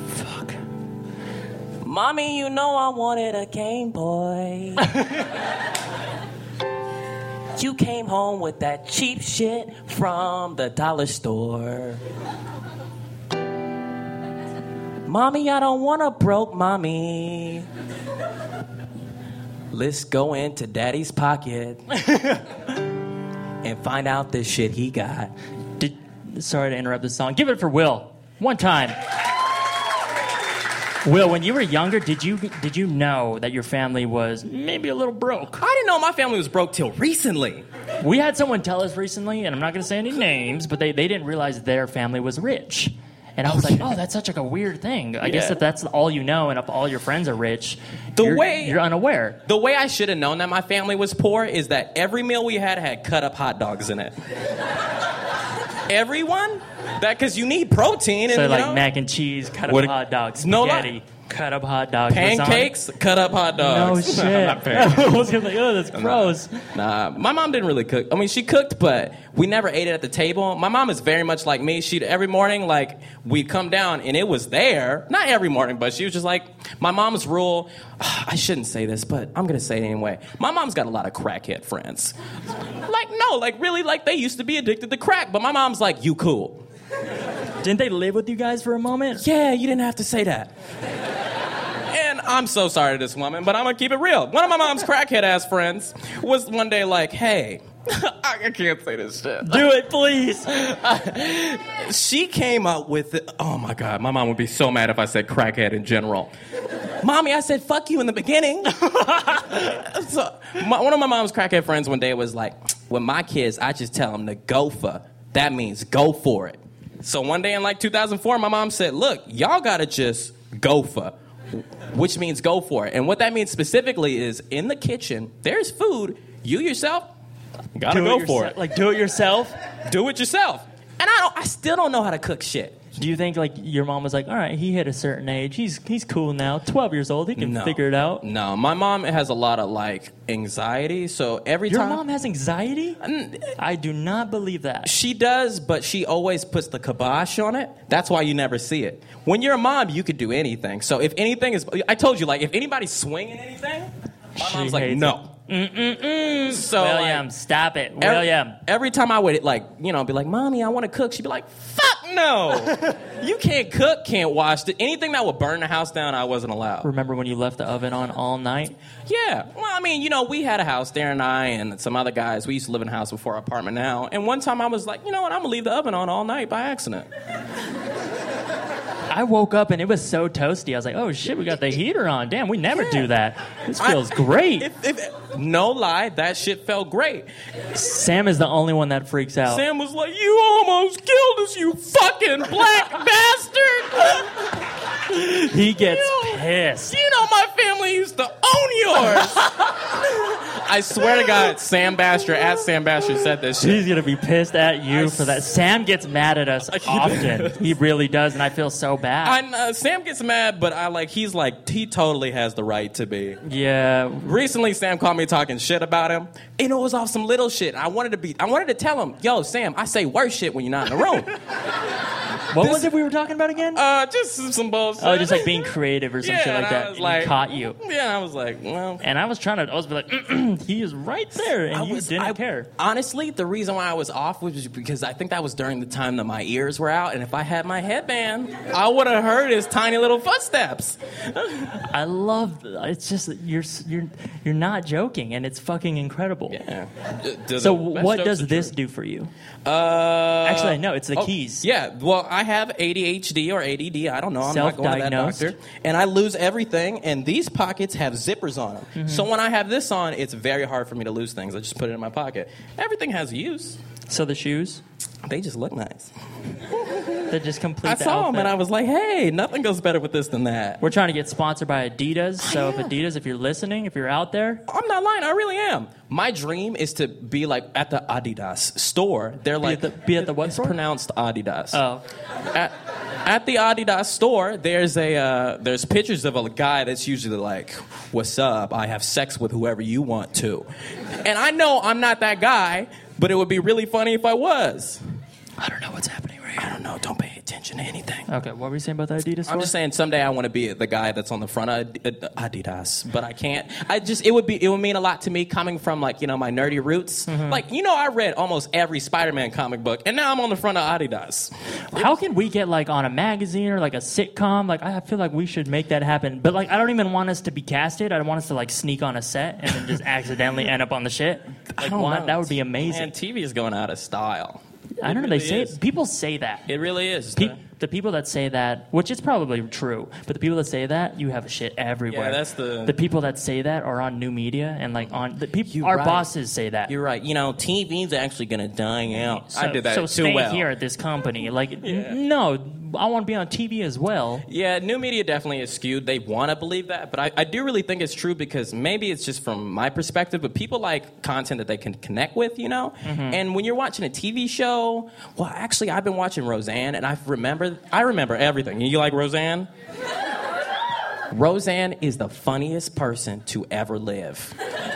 Speaker 3: Fuck. Mommy, you know I wanted a Game Boy. You came home with that cheap shit from the dollar store. mommy, I don't want a broke mommy. Let's go into daddy's pocket and find out this shit he got.
Speaker 1: Did, sorry to interrupt the song. Give it for Will. One time. Will, when you were younger, did you did you know that your family was maybe a little broke?
Speaker 3: I didn't know my family was broke till recently.
Speaker 1: We had someone tell us recently, and I'm not going to say any names, but they, they didn't realize their family was rich. And I was like, oh, that's such like a weird thing. I guess
Speaker 3: Yeah.
Speaker 1: if that's all you know and if all your friends are rich,
Speaker 3: The
Speaker 1: you're,
Speaker 3: way-
Speaker 1: you're unaware.
Speaker 3: The way I should have known that my family was poor is that every meal we had had cut up hot dogs in it. Everyone? That because you need protein and
Speaker 1: So
Speaker 3: you
Speaker 1: like
Speaker 3: know,
Speaker 1: mac and cheese, cut up
Speaker 3: What-
Speaker 1: hot dogs,
Speaker 3: No lie.
Speaker 1: spaghetti, cut up hot dogs, lasagna.
Speaker 3: pancakes, cut up hot
Speaker 1: No
Speaker 3: dogs. Not
Speaker 1: shit.
Speaker 3: pancakes.
Speaker 1: I was gonna be like, oh, that's gross.
Speaker 3: Nah, my mom didn't really cook. I mean, she cooked, but we never ate it at the table. My mom is very much like me. She'd every morning, like we'd come down and it was there. Not every morning, but she was just like my mom's rule. I shouldn't say this, but I'm gonna say it anyway. My mom's got a lot of crackhead friends. like no, like really, like they used to be addicted to crack, but my mom's like, you cool.
Speaker 1: Didn't they live with you guys for a moment?
Speaker 3: Yeah, you didn't have to say that. And I'm so sorry to this woman, but I'm gonna keep it real. One of my mom's crackhead ass friends was one day like, hey, I can't say this shit.
Speaker 1: Do it, please.
Speaker 3: She came up with, oh my God, my mom would be so mad if I said crackhead in general. Mommy, I said fuck you in the beginning. so, my, one of my mom's crackhead friends one day was like, with my kids, I just tell them to go for. That means go for it. So one day in like 2004, my mom said, look, y'all gotta just go for, which means go for it. And what that means specifically is in the kitchen, there's food, you yourself gotta go for it.
Speaker 1: Like do it yourself.
Speaker 3: Do it yourself. And I, don't, I still don't know how to cook shit.
Speaker 1: Do you think like your mom was like, all right, he hit a certain age, he's he's cool now, twelve years old, he can figure it out.
Speaker 3: No, my mom has a lot of like anxiety, so every
Speaker 1: Your
Speaker 3: time
Speaker 1: mom has anxiety? I do not believe that.
Speaker 3: she does, but she always puts the kibosh on it. That's why you never see it. When you're a mom, you could do anything. So if anything is, I told you, like if anybody's swinging anything, my
Speaker 1: She
Speaker 3: mom's like,
Speaker 1: hates
Speaker 3: no. Mm-mm-mm. So like,
Speaker 1: William, stop it,
Speaker 3: ev-
Speaker 1: William.
Speaker 3: every time I would like, you know, be like, "Mommy, I want to cook," she'd be like, "Fuck no, you can't cook, can't wash. Anything that would burn the house down, I wasn't allowed."
Speaker 1: Remember when you left the oven on all night?
Speaker 3: Yeah. Well, I mean, you know, we had a house, Darren and I, and some other guys. We used to live in a house before our apartment now. And one time I was like, you know what? I'm going to leave the oven on all night by accident.
Speaker 1: I woke up and it was so toasty. I was like, oh shit, we got the heater on. Damn, we never do that. This
Speaker 3: I-
Speaker 1: feels great.
Speaker 3: If, if, no lie, that shit felt great.
Speaker 1: Sam is the only one that freaks out.
Speaker 3: Sam was like, you almost killed us, you fucking black bastard.
Speaker 1: he gets
Speaker 3: You-
Speaker 1: pissed.
Speaker 3: You know my family used to own yours. I swear to God, Sam Basher, at Sam Basher said this shit.
Speaker 1: He's gonna be pissed at you for that. Sam gets mad at us often. He really does, and I feel so bad.
Speaker 3: I, know- Sam gets mad, but I like, he's like, he totally has the right to be.
Speaker 1: yeah,
Speaker 3: Recently, Sam called me talking shit about him. And it was off some little shit. I wanted to be, I wanted to tell him, yo, Sam, I say worse shit when you're not in the room.
Speaker 1: what was it we were talking about again?
Speaker 3: uh, just some bullshit.
Speaker 1: oh, just like being creative or some
Speaker 3: Yeah,
Speaker 1: shit like
Speaker 3: and I
Speaker 1: that.
Speaker 3: was
Speaker 1: and he
Speaker 3: like-
Speaker 1: caught you.
Speaker 3: Yeah, I was like, well.
Speaker 1: And I was trying to, I was like, he is right there, and
Speaker 3: I
Speaker 1: you
Speaker 3: was-
Speaker 1: didn't
Speaker 3: I-
Speaker 1: care.
Speaker 3: Honestly, the reason why I was off was because I think that was during the time that my ears were out, and if I had my headband, I would have heard his tiny little footsteps.
Speaker 1: I love. It's just that you're s- you're you're not joking, and it's fucking incredible.
Speaker 3: Yeah.
Speaker 1: So what does this do for you?
Speaker 3: Uh,
Speaker 1: Actually, no, it's the
Speaker 3: oh,
Speaker 1: keys.
Speaker 3: Yeah, well, I have ADHD or ADD. I don't know. I'm not going to that doctor. And I lose everything. And these pockets have zippers on them.
Speaker 1: Mm-hmm.
Speaker 3: So when I have this on, it's very hard for me to lose things. I just put it in my pocket. Everything has use.
Speaker 1: So the shoes
Speaker 3: They just look nice.
Speaker 1: that just complete.
Speaker 3: I
Speaker 1: the
Speaker 3: saw
Speaker 1: outfit.
Speaker 3: them and I was like, hey, nothing goes better with this than that.
Speaker 1: We're trying to get sponsored by Adidas. So if Adidas, if you're listening, if you're out there,
Speaker 3: I'm not lying. I really am. My dream is to be like at the Adidas store. They're
Speaker 1: at
Speaker 3: like
Speaker 1: the- be at the what
Speaker 3: It's
Speaker 1: store?
Speaker 3: pronounced Adidas.
Speaker 1: oh,
Speaker 3: at, at the Adidas store, there's a uh, there's pictures of a guy that's usually like, "What's up? I have sex with whoever you want to," and I know I'm not that guy, but it would be really funny if I was. I don't know what's happening right now. I don't know. Don't pay attention to anything.
Speaker 1: okay. What were you saying about the Adidas?
Speaker 3: I'm
Speaker 1: store?
Speaker 3: just saying someday I want to be the guy that's on the front of Ad- Adidas, but I can't. I just it would be it would mean a lot to me coming from like you know my nerdy roots. Like you know I read almost every Spider-Man comic book, and now I'm on the front of Adidas.
Speaker 1: How can we get like on a magazine or like a sitcom? Like I feel like we should make that happen. But like I don't even want us to be casted. I want us to like sneak on a set and then just accidentally end up on the shit. Like, why- That would be amazing.
Speaker 3: Man, TV is going out of style.
Speaker 1: I don't know.
Speaker 3: really
Speaker 1: they say
Speaker 3: is.
Speaker 1: people say that.
Speaker 3: It really is.
Speaker 1: Pe-
Speaker 3: though.
Speaker 1: the people that say that, which is probably true, but the people that say that, you have shit everywhere.
Speaker 3: Yeah, that's the-
Speaker 1: The people that say that are on new media and like on the people.
Speaker 3: You're
Speaker 1: Our
Speaker 3: right.
Speaker 1: bosses say that.
Speaker 3: You're right. You know, TV's actually going to die out.
Speaker 1: so, so stay here at this company. Like, n- no, I want to be on TV as well.
Speaker 3: Yeah, new media definitely is skewed. They want to believe that, but I, I do really think it's true because maybe it's just from my perspective, but people like content that they can connect with, you know?
Speaker 1: Mm-hmm.
Speaker 3: And when you're watching a TV show, well, actually, I've been watching Roseanne and I remember, I remember everything. You like Roseanne? Roseanne is the funniest person to ever live.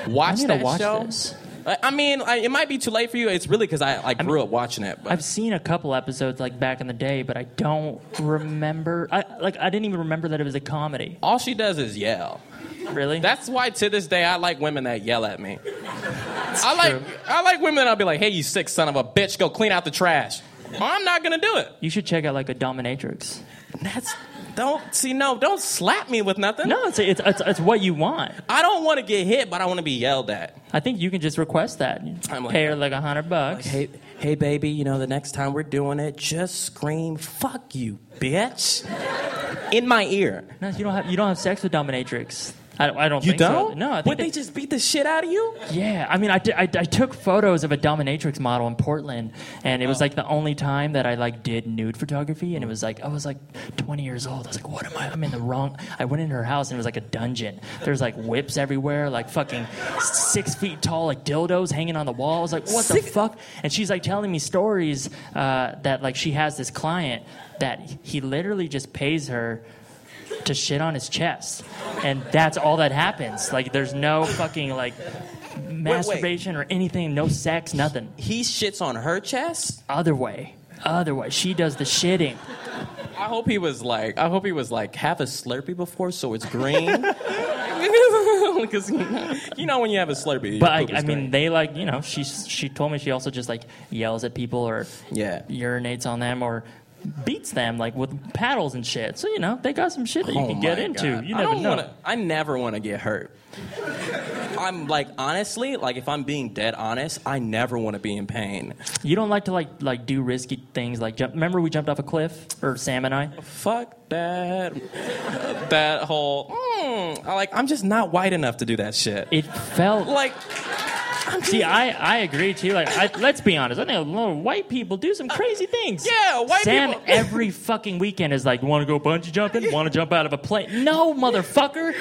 Speaker 3: Watch
Speaker 1: need to
Speaker 3: that
Speaker 1: watch
Speaker 3: show.
Speaker 1: this.
Speaker 3: I I mean, I, it might be too late for you. It's really because I, I grew up watching it. But
Speaker 1: I've seen a couple episodes like back in the day, but I don't remember. I like I didn't even remember that it was a comedy.
Speaker 3: all she does is yell.
Speaker 1: Really?
Speaker 3: That's why to this day I like women that yell at me. I like I like women that'll be like, "Hey, you sick son of a bitch, go clean out the trash." Or I'm not gonna do it.
Speaker 1: you should check out like a dominatrix.
Speaker 3: That's don't see no, don't slap me with nothing.
Speaker 1: No, it's it's it's, it's what you want.
Speaker 3: I don't want to get hit, but I want to be yelled at.
Speaker 1: I think you can just request that.
Speaker 3: I'm like-
Speaker 1: Pay her like a hundred bucks.
Speaker 3: Hey, hey, baby, you know the next time we're doing it, just scream "fuck you, bitch" in my ear.
Speaker 1: No, you don't have you don't have sex with dominatrix. I, don't- I don't.
Speaker 3: You
Speaker 1: think
Speaker 3: don't?
Speaker 1: So. No, I think
Speaker 3: Would
Speaker 1: that-
Speaker 3: they just beat the shit out of you?
Speaker 1: Yeah, I mean, I, did, I, I took photos of a dominatrix model in Portland, and it was like the only time that I like did nude photography, and it was like I was like 20 years old. I was like, what am I? I'm in the wrong. I went into her house, and it was like a dungeon. There's like whips everywhere, like fucking six feet tall, like dildos hanging on the wall. I was like, what the fuck? And she's like telling me stories uh, that like she has this client that he literally just pays her to shit on his chest. And that's all that happens. Like there's no fucking like masturbation or anything, no sex, nothing.
Speaker 3: He shits on her chest.
Speaker 1: Other way. Other way. She does the shitting.
Speaker 3: I hope he was like, I hope he was like, have a Slurpee before so it's green. Because you know when you have a Slurpee, your
Speaker 1: But I,
Speaker 3: poop is
Speaker 1: I mean
Speaker 3: green.
Speaker 1: they like, you know, she she told me she also just like yells at people or
Speaker 3: Yeah.
Speaker 1: urinates on them or beats them like with paddles and shit. So you know, they got some shit that you
Speaker 3: Oh
Speaker 1: can get
Speaker 3: my
Speaker 1: into.
Speaker 3: God.
Speaker 1: You
Speaker 3: I
Speaker 1: never
Speaker 3: don't
Speaker 1: know.
Speaker 3: Wanna, I never want to get hurt. I'm like, honestly, like if I'm being dead honest, I never want to be in pain.
Speaker 1: You don't like to like like do risky things like jump remember we jumped off a cliff or Sam and I?
Speaker 3: Fuck that, that whole. Mm, I like, I'm just not white enough to do that shit.
Speaker 1: It felt
Speaker 3: Like, I'm
Speaker 1: See, I, I agree too. Like, I, let's be honest. I think a lot of white people do some crazy things.
Speaker 3: Yeah, white
Speaker 1: Sam
Speaker 3: people-
Speaker 1: every fucking weekend is like, want to go bungee jumping? Want to jump out of a plane? No, motherfucker.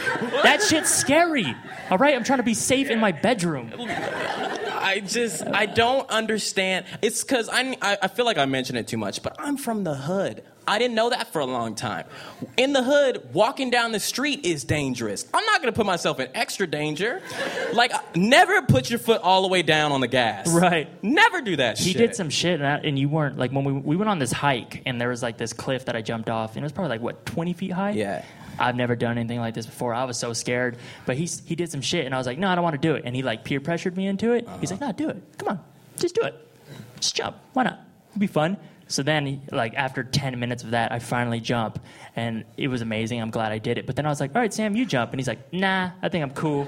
Speaker 1: That shit's scary. All right, I'm trying to be safe in my bedroom.
Speaker 3: I just I don't understand. It's because I, I I feel like I mention it too much, but I'm from the hood. I didn't know that for a long time. In the hood, walking down the street is dangerous. I'm not gonna put myself in extra danger. Like never put your foot all the way down on the gas.
Speaker 1: Right.
Speaker 3: Never do that.
Speaker 1: He
Speaker 3: shit.
Speaker 1: did some shit, and, I, and you weren't like when we we went on this hike, and there was like this cliff that I jumped off, and it was probably like what 20 feet high.
Speaker 3: Yeah.
Speaker 1: I've never done anything like this before. I was so scared, but he he did some shit, and I was like, no, I don't want to do it. And he like peer pressured me into it. He's
Speaker 3: Uh-huh.
Speaker 1: like, no, do it. Come on, just do it. Just jump. Why not? It'd be fun. So then, like after 10 minutes of that, I finally jump, and it was amazing. I'm glad I did it. But then I was like, all right, Sam, you jump, and he's like, nah, I think I'm cool.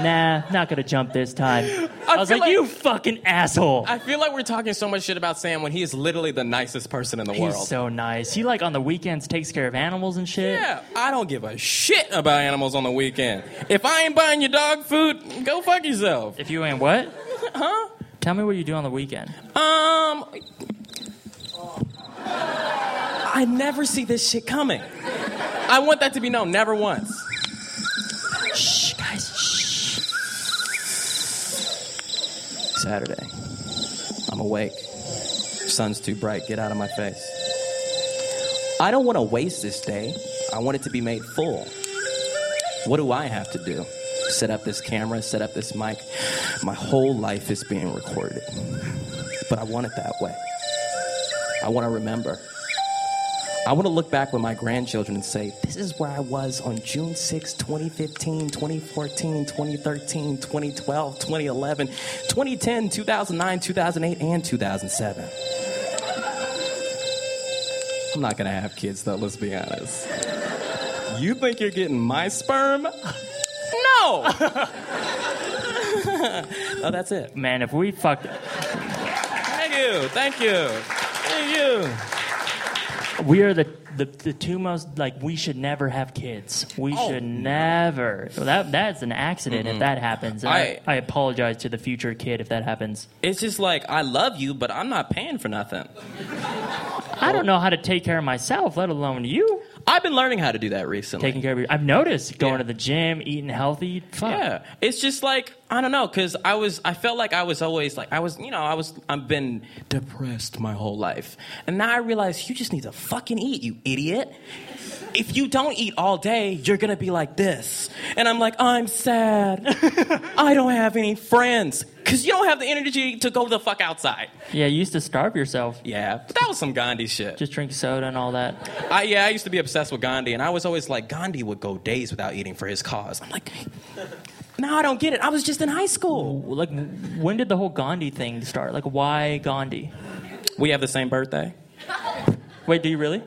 Speaker 1: Nah, not gonna jump this time.
Speaker 3: I
Speaker 1: was
Speaker 3: feel
Speaker 1: like, you fucking asshole.
Speaker 3: I feel like we're talking so much shit about Sam when he is literally the nicest person in the world.
Speaker 1: He's so nice. He like on the weekends takes care of animals and shit.
Speaker 3: yeah, I don't give a shit about animals on the weekend. If I ain't buying your dog food, go fuck yourself.
Speaker 1: If you ain't what? huh? Tell me what you do on the weekend.
Speaker 3: Um, I never see this shit coming. I want that to be known, never once.
Speaker 1: Shh, guys. Shh.
Speaker 3: Saturday. I'm awake. Sun's too bright. Get out of my face. I don't want to waste this day. I want it to be made full. What do I have to do? Set up this camera, set up this mic. My whole life is being recorded. But I want it that way. I want to remember. I want to look back with my grandchildren and say, this is where I was on June 6, 2015, 2014, 2013, 2012, 2011, 2010, 2009, 2008, and 2007. I'm not going to have kids, though, let's be honest. You think you're getting my sperm? No! oh, that's it.
Speaker 1: Man, if we fucked
Speaker 3: Thank you, thank you, thank you.
Speaker 1: we are the, the the two most like we should never have kids. We
Speaker 3: Oh.
Speaker 1: should never. So that that's an accident if that happens. And I, I apologize to the future kid if that happens.
Speaker 3: It's just like I love you, but I'm not paying for nothing.
Speaker 1: I don't know how to take care of myself, let alone you
Speaker 3: I've been learning how to do that recently.
Speaker 1: taking care of your. I've noticed going
Speaker 3: Yeah.
Speaker 1: to the gym, eating healthy. Fuck.
Speaker 3: yeah, it's just like I don't know, cause I was I felt like I was always like I was you know I was I've been depressed my whole life, and now I realize you just need to fucking eat, you idiot. If you don't eat all day, you're gonna be like this, and I'm like I'm sad. I don't have any friends, cause you don't have the energy to go the fuck outside.
Speaker 1: Yeah, you used to starve yourself.
Speaker 3: Yeah, but that was some Gandhi shit.
Speaker 1: Just drink soda and all that.
Speaker 3: I, yeah, I used to be obsessed with Gandhi, and I was always like, Gandhi would go days without eating for his cause. I'm like, now I don't get it. I was just in high school.
Speaker 1: Like, when did the whole Gandhi thing start? Like, why Gandhi?
Speaker 3: We have the same birthday.
Speaker 1: Wait, do you really?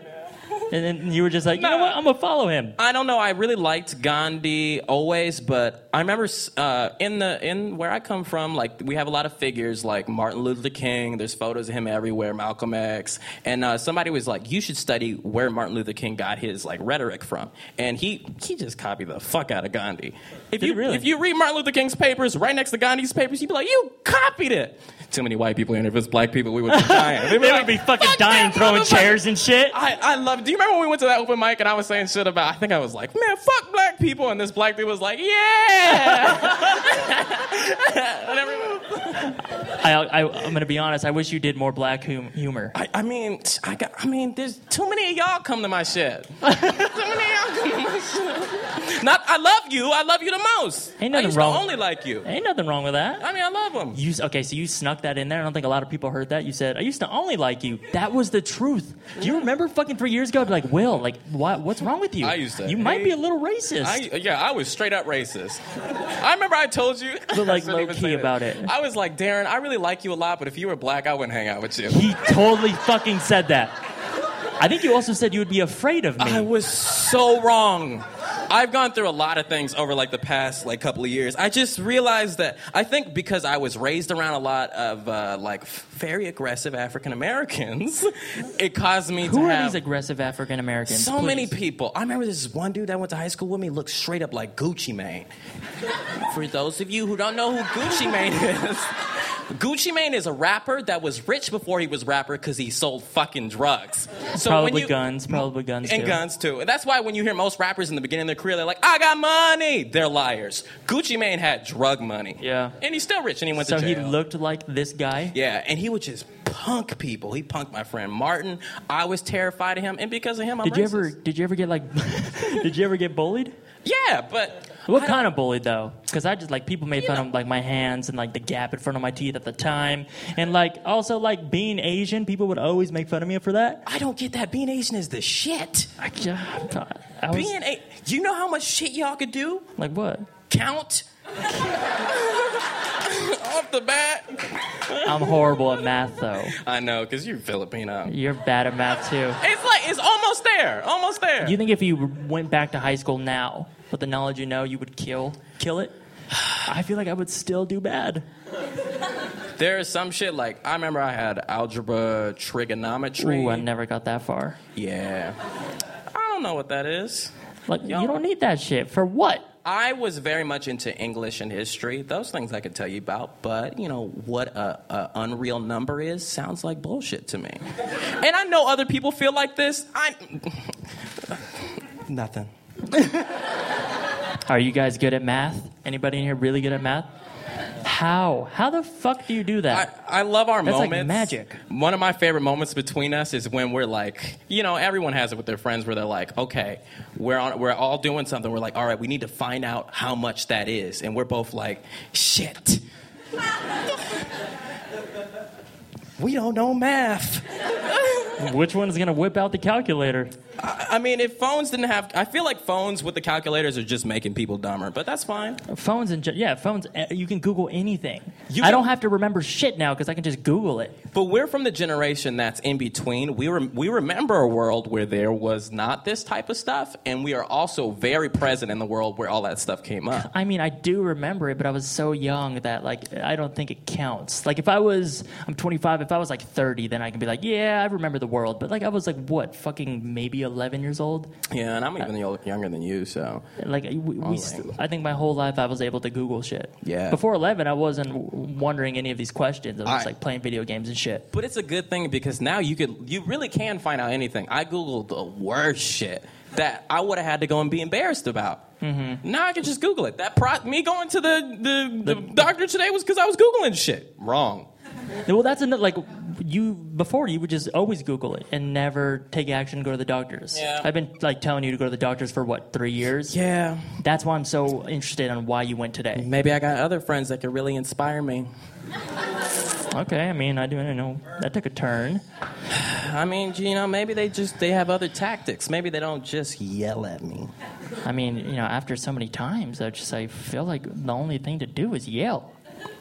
Speaker 1: And then you were just like, you know what? I'm gonna follow him.
Speaker 3: I don't know. I really liked Gandhi always, but I remember uh, in the in where I come from, like we have a lot of figures like Martin Luther King. There's photos of him everywhere. Malcolm X, and uh, somebody was like, "You should study where Martin Luther King got his like rhetoric from," and he he just copied the fuck out of Gandhi. If
Speaker 1: Did
Speaker 3: you
Speaker 1: he really?
Speaker 3: if you read Martin Luther King's papers right next to Gandhi's papers, you'd be like, "You copied it." Too many white people, and if it's black people, we would be dying. They'd
Speaker 1: They
Speaker 3: like,
Speaker 1: would be fucking
Speaker 3: "Fuck
Speaker 1: dying,
Speaker 3: that
Speaker 1: throwing
Speaker 3: motherfucker."
Speaker 1: chairs and shit.
Speaker 3: I, I love. Do you remember when we went to that open mic and I was saying shit about? I think I was like, man, fuck black people, and this black dude was like, yeah. And everyone-
Speaker 1: I, I, I'm gonna be honest. I wish you did more black hum- humor.
Speaker 3: I, I mean, I got. I mean, there's too many of y'all come to my shit. too many of y'all come to my shit. Not. I love you. I love you the most.
Speaker 1: Ain't
Speaker 3: I
Speaker 1: nothing
Speaker 3: used
Speaker 1: wrong.
Speaker 3: to only like you.
Speaker 1: Ain't nothing wrong with that.
Speaker 3: I mean, I love them.
Speaker 1: You s- okay? So you snuck that in there. I don't think a lot of people heard that. You said I used to only like you. That was the truth. Do you remember fucking three years ago? I'd be like, Will, like, what, what's wrong with you?
Speaker 3: I used to
Speaker 1: You might
Speaker 3: hate-
Speaker 1: be a little racist.
Speaker 3: I, yeah, I was straight up racist. I remember I told you.
Speaker 1: But, like,
Speaker 3: I shouldn't even
Speaker 1: low-key
Speaker 3: say this.
Speaker 1: about it.
Speaker 3: I was like, Darren, I really like you a lot, but if you were black, I wouldn't hang out with you.
Speaker 1: he totally fucking said that. I think you also said you would be afraid of me.
Speaker 3: I was so wrong. I've gone through a lot of things over like the past like couple of years. I just realized that I think because I was raised around a lot of uh, like f- very aggressive African Americans, it caused me
Speaker 1: Who
Speaker 3: to
Speaker 1: are
Speaker 3: have
Speaker 1: these aggressive African Americans?
Speaker 3: so many
Speaker 1: Please.
Speaker 3: people. I remember this one dude that went to high school with me looked straight up like Gucci Mane. For those of you who don't know who Gucci Mane is, Gucci Mane is a rapper that was rich before he was rapper because he sold fucking drugs. So when
Speaker 1: Probably
Speaker 3: you-
Speaker 1: guns. Probably guns.
Speaker 3: and
Speaker 1: too.
Speaker 3: guns too. And that's why when you hear most rappers in the beginning of their career, they're like, "I got money." They're liars. Gucci Mane had drug money.
Speaker 1: Yeah.
Speaker 3: and he's still rich, and he went
Speaker 1: So
Speaker 3: to
Speaker 1: he
Speaker 3: jail.
Speaker 1: looked like this guy.
Speaker 3: yeah, and he would just punk people. He punked my friend Martin. I was terrified of him, and because of him, I'm
Speaker 1: Did you
Speaker 3: racist.
Speaker 1: ever? Did you ever get like? did you ever get bullied?
Speaker 3: Yeah, but
Speaker 1: What
Speaker 3: I
Speaker 1: kind of bullied though? Because I just like people made fun
Speaker 3: know.
Speaker 1: of like my hands and like the gap in front of my teeth at the time, and like also like being Asian, people would always make fun of me for that.
Speaker 3: don't- I don't get that. Being Asian is the shit.
Speaker 1: I, just, I was
Speaker 3: Being a, you know how much shit y'all could do.
Speaker 1: like, what?
Speaker 3: Count. Off the bat,
Speaker 1: I'm horrible at math though.
Speaker 3: I know because you're Filipino.
Speaker 1: You're bad at math too.
Speaker 3: It's like it's almost there, almost there.
Speaker 1: You think if you went back to high school now with the knowledge you know, you would kill kill it? I feel like I would still do bad.
Speaker 3: There is some shit like I remember I had algebra trigonometry.
Speaker 1: Ooh, I never got that far.
Speaker 3: Yeah. I don't know what that is.
Speaker 1: Like, you don't need that shit. For what?
Speaker 3: I was very much into English and history. Those things I could tell you about, but you know what a, a unreal number is sounds like bullshit to me. And I know other people feel like this. I nothing.
Speaker 1: Are you guys good at math? Anybody in here really good at math? How? How the fuck do you do
Speaker 3: I,
Speaker 1: that?
Speaker 3: I love our
Speaker 1: That's like
Speaker 3: moments.
Speaker 1: magic.
Speaker 3: One of my favorite moments between us is when we're like, you know, everyone has it with their friends where they're like, okay, we're on, we're all doing something. We're like, all right, we need to find out how much that is, and we're both like, shit. we don't know math.
Speaker 1: Which one's gonna whip out the calculator?
Speaker 3: I, I mean, if phones didn't have, I feel like phones with the calculators are just making people dumber, but that's fine.
Speaker 1: Phones and yeah, phones. eh, You can Google anything.
Speaker 3: You
Speaker 1: I
Speaker 3: can-
Speaker 1: don't have to remember shit now because I can just Google it.
Speaker 3: But we're from the generation that's in between. We, rem we remember a world where there was not this type of stuff, and we are also very present in the world where all that stuff came up.
Speaker 1: I mean, I do remember it, but I was so young that like I don't think it counts. Like if I was, I'm 25. If I was like 30, then I can be like, yeah, I remember the world. But like I was like what, fucking maybe 11 years old.
Speaker 3: Yeah, and I'm even yo- younger than you, so.
Speaker 1: Like we, we st- I think my whole life I was able to Google shit.
Speaker 3: Yeah.
Speaker 1: Before 11, I wasn't w- wondering any of these questions. I was
Speaker 3: I-
Speaker 1: like playing video games and shit.
Speaker 3: But it's a good thing because now you could you really can find out anything. I googled the worst shit that I would have had to go and be embarrassed about. Now I can just Google it. That pro- me going to the, the, the doctor today was because I was googling shit. Wrong.
Speaker 1: Well, that's another like you before you would just always Google it and never take action. Go to the doctors.
Speaker 3: Yeah.
Speaker 1: I've been like telling you to go to the doctors for what three years.
Speaker 3: Yeah.
Speaker 1: That's why I'm so interested on why you went today.
Speaker 3: Maybe I got other friends that could really inspire me.
Speaker 1: Okay, I mean I do I know that took a turn.
Speaker 3: I mean, you know, maybe they just they have other tactics. Maybe they don't just yell at me.
Speaker 1: I mean you know after so many times I just I feel like the only thing to do is yell.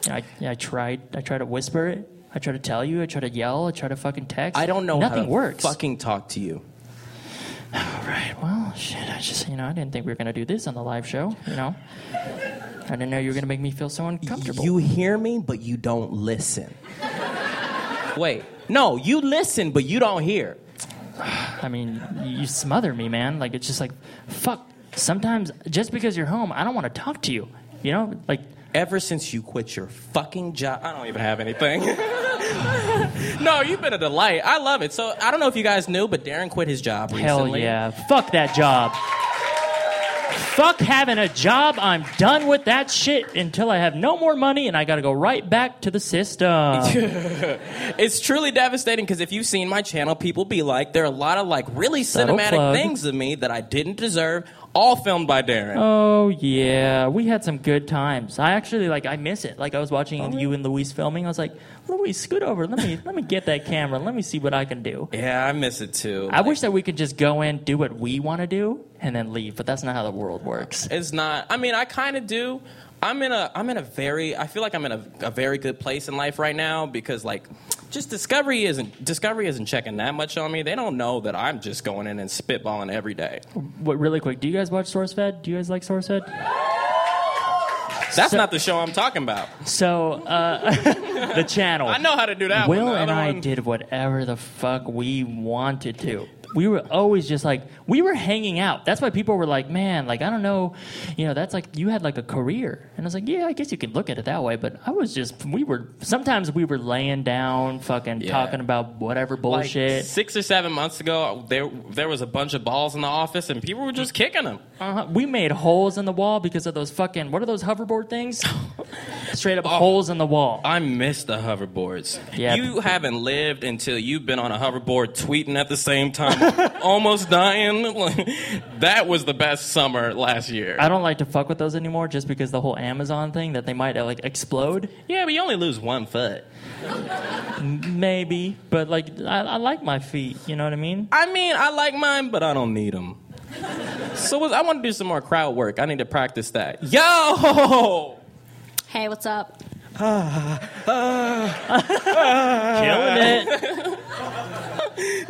Speaker 1: And I I tried I tried to whisper it. I try to tell you. I try to yell. I try to fucking text.
Speaker 3: I don't know
Speaker 1: Nothing
Speaker 3: how to
Speaker 1: works.
Speaker 3: fucking talk to you.
Speaker 1: Right. Well, shit. I just, you know, I didn't think we were gonna do this on the live show. You know, I didn't know you were gonna make me feel so uncomfortable.
Speaker 3: You hear me, but you don't listen. Wait. No, you listen, but you don't hear.
Speaker 1: I mean, you smother me, man. Like it's just like, fuck. Sometimes just because you're home, I don't want to talk to you. You know, like
Speaker 3: Ever since you quit your fucking job, I don't even have anything. no, you've been a delight. I love it. So I don't know if you guys knew, but Darren quit his job
Speaker 1: hell
Speaker 3: recently.
Speaker 1: yeah, fuck that job. fuck having a job. I'm done with that shit until I have no more money and I gotta go right back to the system.
Speaker 3: It's truly devastating because if you've seen my channel, people be like, there are a lot of like really
Speaker 1: Subtle
Speaker 3: cinematic
Speaker 1: plug.
Speaker 3: things of me that I didn't deserve, all filmed by Darren.
Speaker 1: Oh yeah, we had some good times. I actually like I miss it. Like I was watching you and Luis filming. I was like, Luis, scoot over. Let me let me get that camera. Let me see what I can do.
Speaker 3: Yeah, I miss it too.
Speaker 1: I wish that we could just go in, do what we want to do, and then leave. But that's not how the world works.
Speaker 3: it's not. I mean, I kind of do. I'm in a. I'm in a very. I feel like I'm in a, a very good place in life right now because like, just Discovery isn't Discovery isn't checking that much on me. They don't know that I'm just going in and spitballing every day.
Speaker 1: What really quick? Do you guys watch SourceFed? Do you guys like SourceFed?
Speaker 3: That's not the show I'm talking about.
Speaker 1: So uh, the channel.
Speaker 3: I know how to do that.
Speaker 1: Will
Speaker 3: one. The
Speaker 1: and
Speaker 3: other
Speaker 1: I
Speaker 3: one-
Speaker 1: did whatever the fuck we wanted to. We were always just like we were hanging out. That's why people were like, "Man, like I don't know, you know, that's like you had like a career." And I was like, "Yeah, I guess you could look at it that way." But I was just we were sometimes we were laying down, fucking
Speaker 3: Yeah.
Speaker 1: talking about whatever bullshit.
Speaker 3: Like six or seven months ago, there there was a bunch of balls in the office, and people were just kicking them.
Speaker 1: Uh-huh. We made holes in the wall because of those fucking what are those hoverboard things? Straight
Speaker 3: Oh.
Speaker 1: up holes in the wall.
Speaker 3: I miss the hoverboards.
Speaker 1: Yeah.
Speaker 3: You haven't lived until you've been on a hoverboard tweeting at the same time, almost dying. Like, that was the best summer last year.
Speaker 1: I don't like to fuck with those anymore, just because the whole Amazon thing that they might uh, like explode.
Speaker 3: yeah, but you only lose one foot.
Speaker 1: Maybe, but like I, I like my feet. You know what I mean?
Speaker 3: I mean, I like mine, but I don't need them. so what- I want to do some more crowd work. I need to practice that. Yo!
Speaker 7: Hey, what's up?
Speaker 1: Killing it.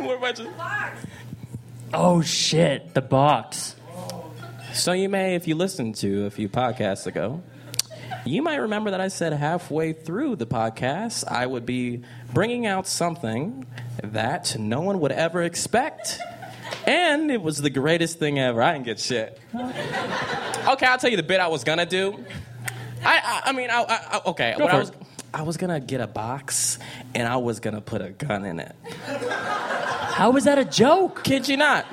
Speaker 3: What about you?
Speaker 1: Oh shit! The box.
Speaker 3: So you may, if you listened to a few podcasts ago, You might remember that I said halfway through the podcast, I would be bringing out something that no one would ever expect. And it was the greatest thing ever. I didn't get shit. Okay, I'll tell you the bit I was gonna do. I, I, I mean, I, I, I- okay. what
Speaker 1: for
Speaker 3: I
Speaker 1: it.
Speaker 3: was, I was gonna get a box and I was gonna put a gun in it.
Speaker 1: How is that a joke?
Speaker 3: Kid you not.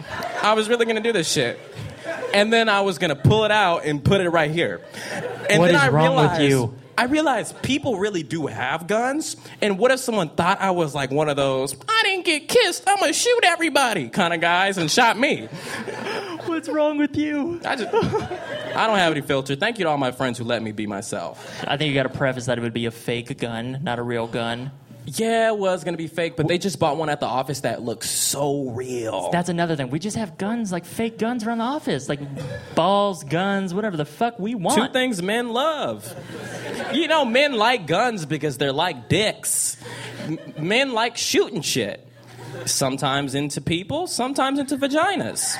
Speaker 3: I was really gonna do this shit. And then I was gonna pull it out and put it right here. And
Speaker 1: What
Speaker 3: then
Speaker 1: is
Speaker 3: I
Speaker 1: wrong with
Speaker 3: realized,
Speaker 1: you?
Speaker 3: I realized people really do have guns. And what if someone thought I was like one of those, I didn't get kissed, I'm gonna shoot everybody kind of guys and shot me?
Speaker 1: What's wrong with you?
Speaker 3: I just, I don't have any filter. Thank you to all my friends who let me be myself.
Speaker 1: I think you got to preface that it would be a fake gun, not a real gun.
Speaker 3: Yeah, it was gonna be fake, but they just bought one at the office that looks so real.
Speaker 1: That's another thing. We just have guns, like fake guns around the office, like balls, guns, whatever the fuck we want.
Speaker 3: Two things men love. You know, men like guns because they're like dicks. M- men like shooting shit. Sometimes into people, sometimes into vaginas.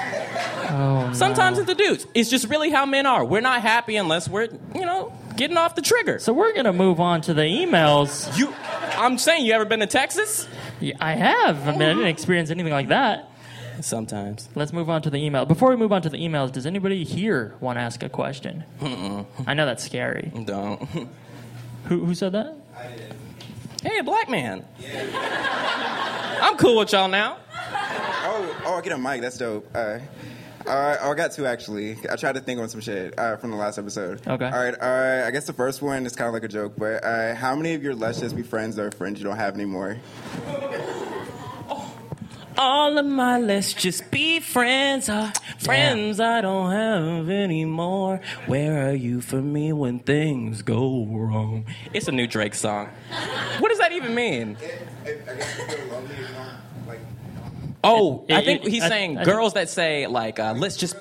Speaker 3: Sometimes into dudes. It's just really how men are. We're not happy unless we're, you know, getting off the trigger.
Speaker 1: So we're going to move on to the emails.
Speaker 3: You I'm saying you ever been to Texas?
Speaker 1: Yeah, I have. I mean, I didn't experience anything like that.
Speaker 3: Sometimes.
Speaker 1: Let's move on to the email. Before we move on to the emails, does anybody here want to ask a question? I know that's scary.
Speaker 3: Don't.
Speaker 1: Who, who said that?
Speaker 3: Hey, black man. I'm cool with y'all now.
Speaker 8: Oh, oh, I get a mic. That's dope. Uh, uh, oh, I got two actually. I tried to think on some shit uh, from the last episode.
Speaker 1: Okay.
Speaker 8: All right. Uh, I guess the first one is kind of like a joke, but uh, how many of your let's just be friends are friends you don't have anymore?
Speaker 3: All of my let's just be friends are friends I don't have anymore. Where are you for me when things go wrong? It's a new Drake song. what does that even mean? Oh,
Speaker 1: It-
Speaker 3: I
Speaker 1: it-
Speaker 3: think
Speaker 1: it-
Speaker 3: he's
Speaker 1: I-
Speaker 3: saying
Speaker 1: I-
Speaker 3: girls that say like uh, let's just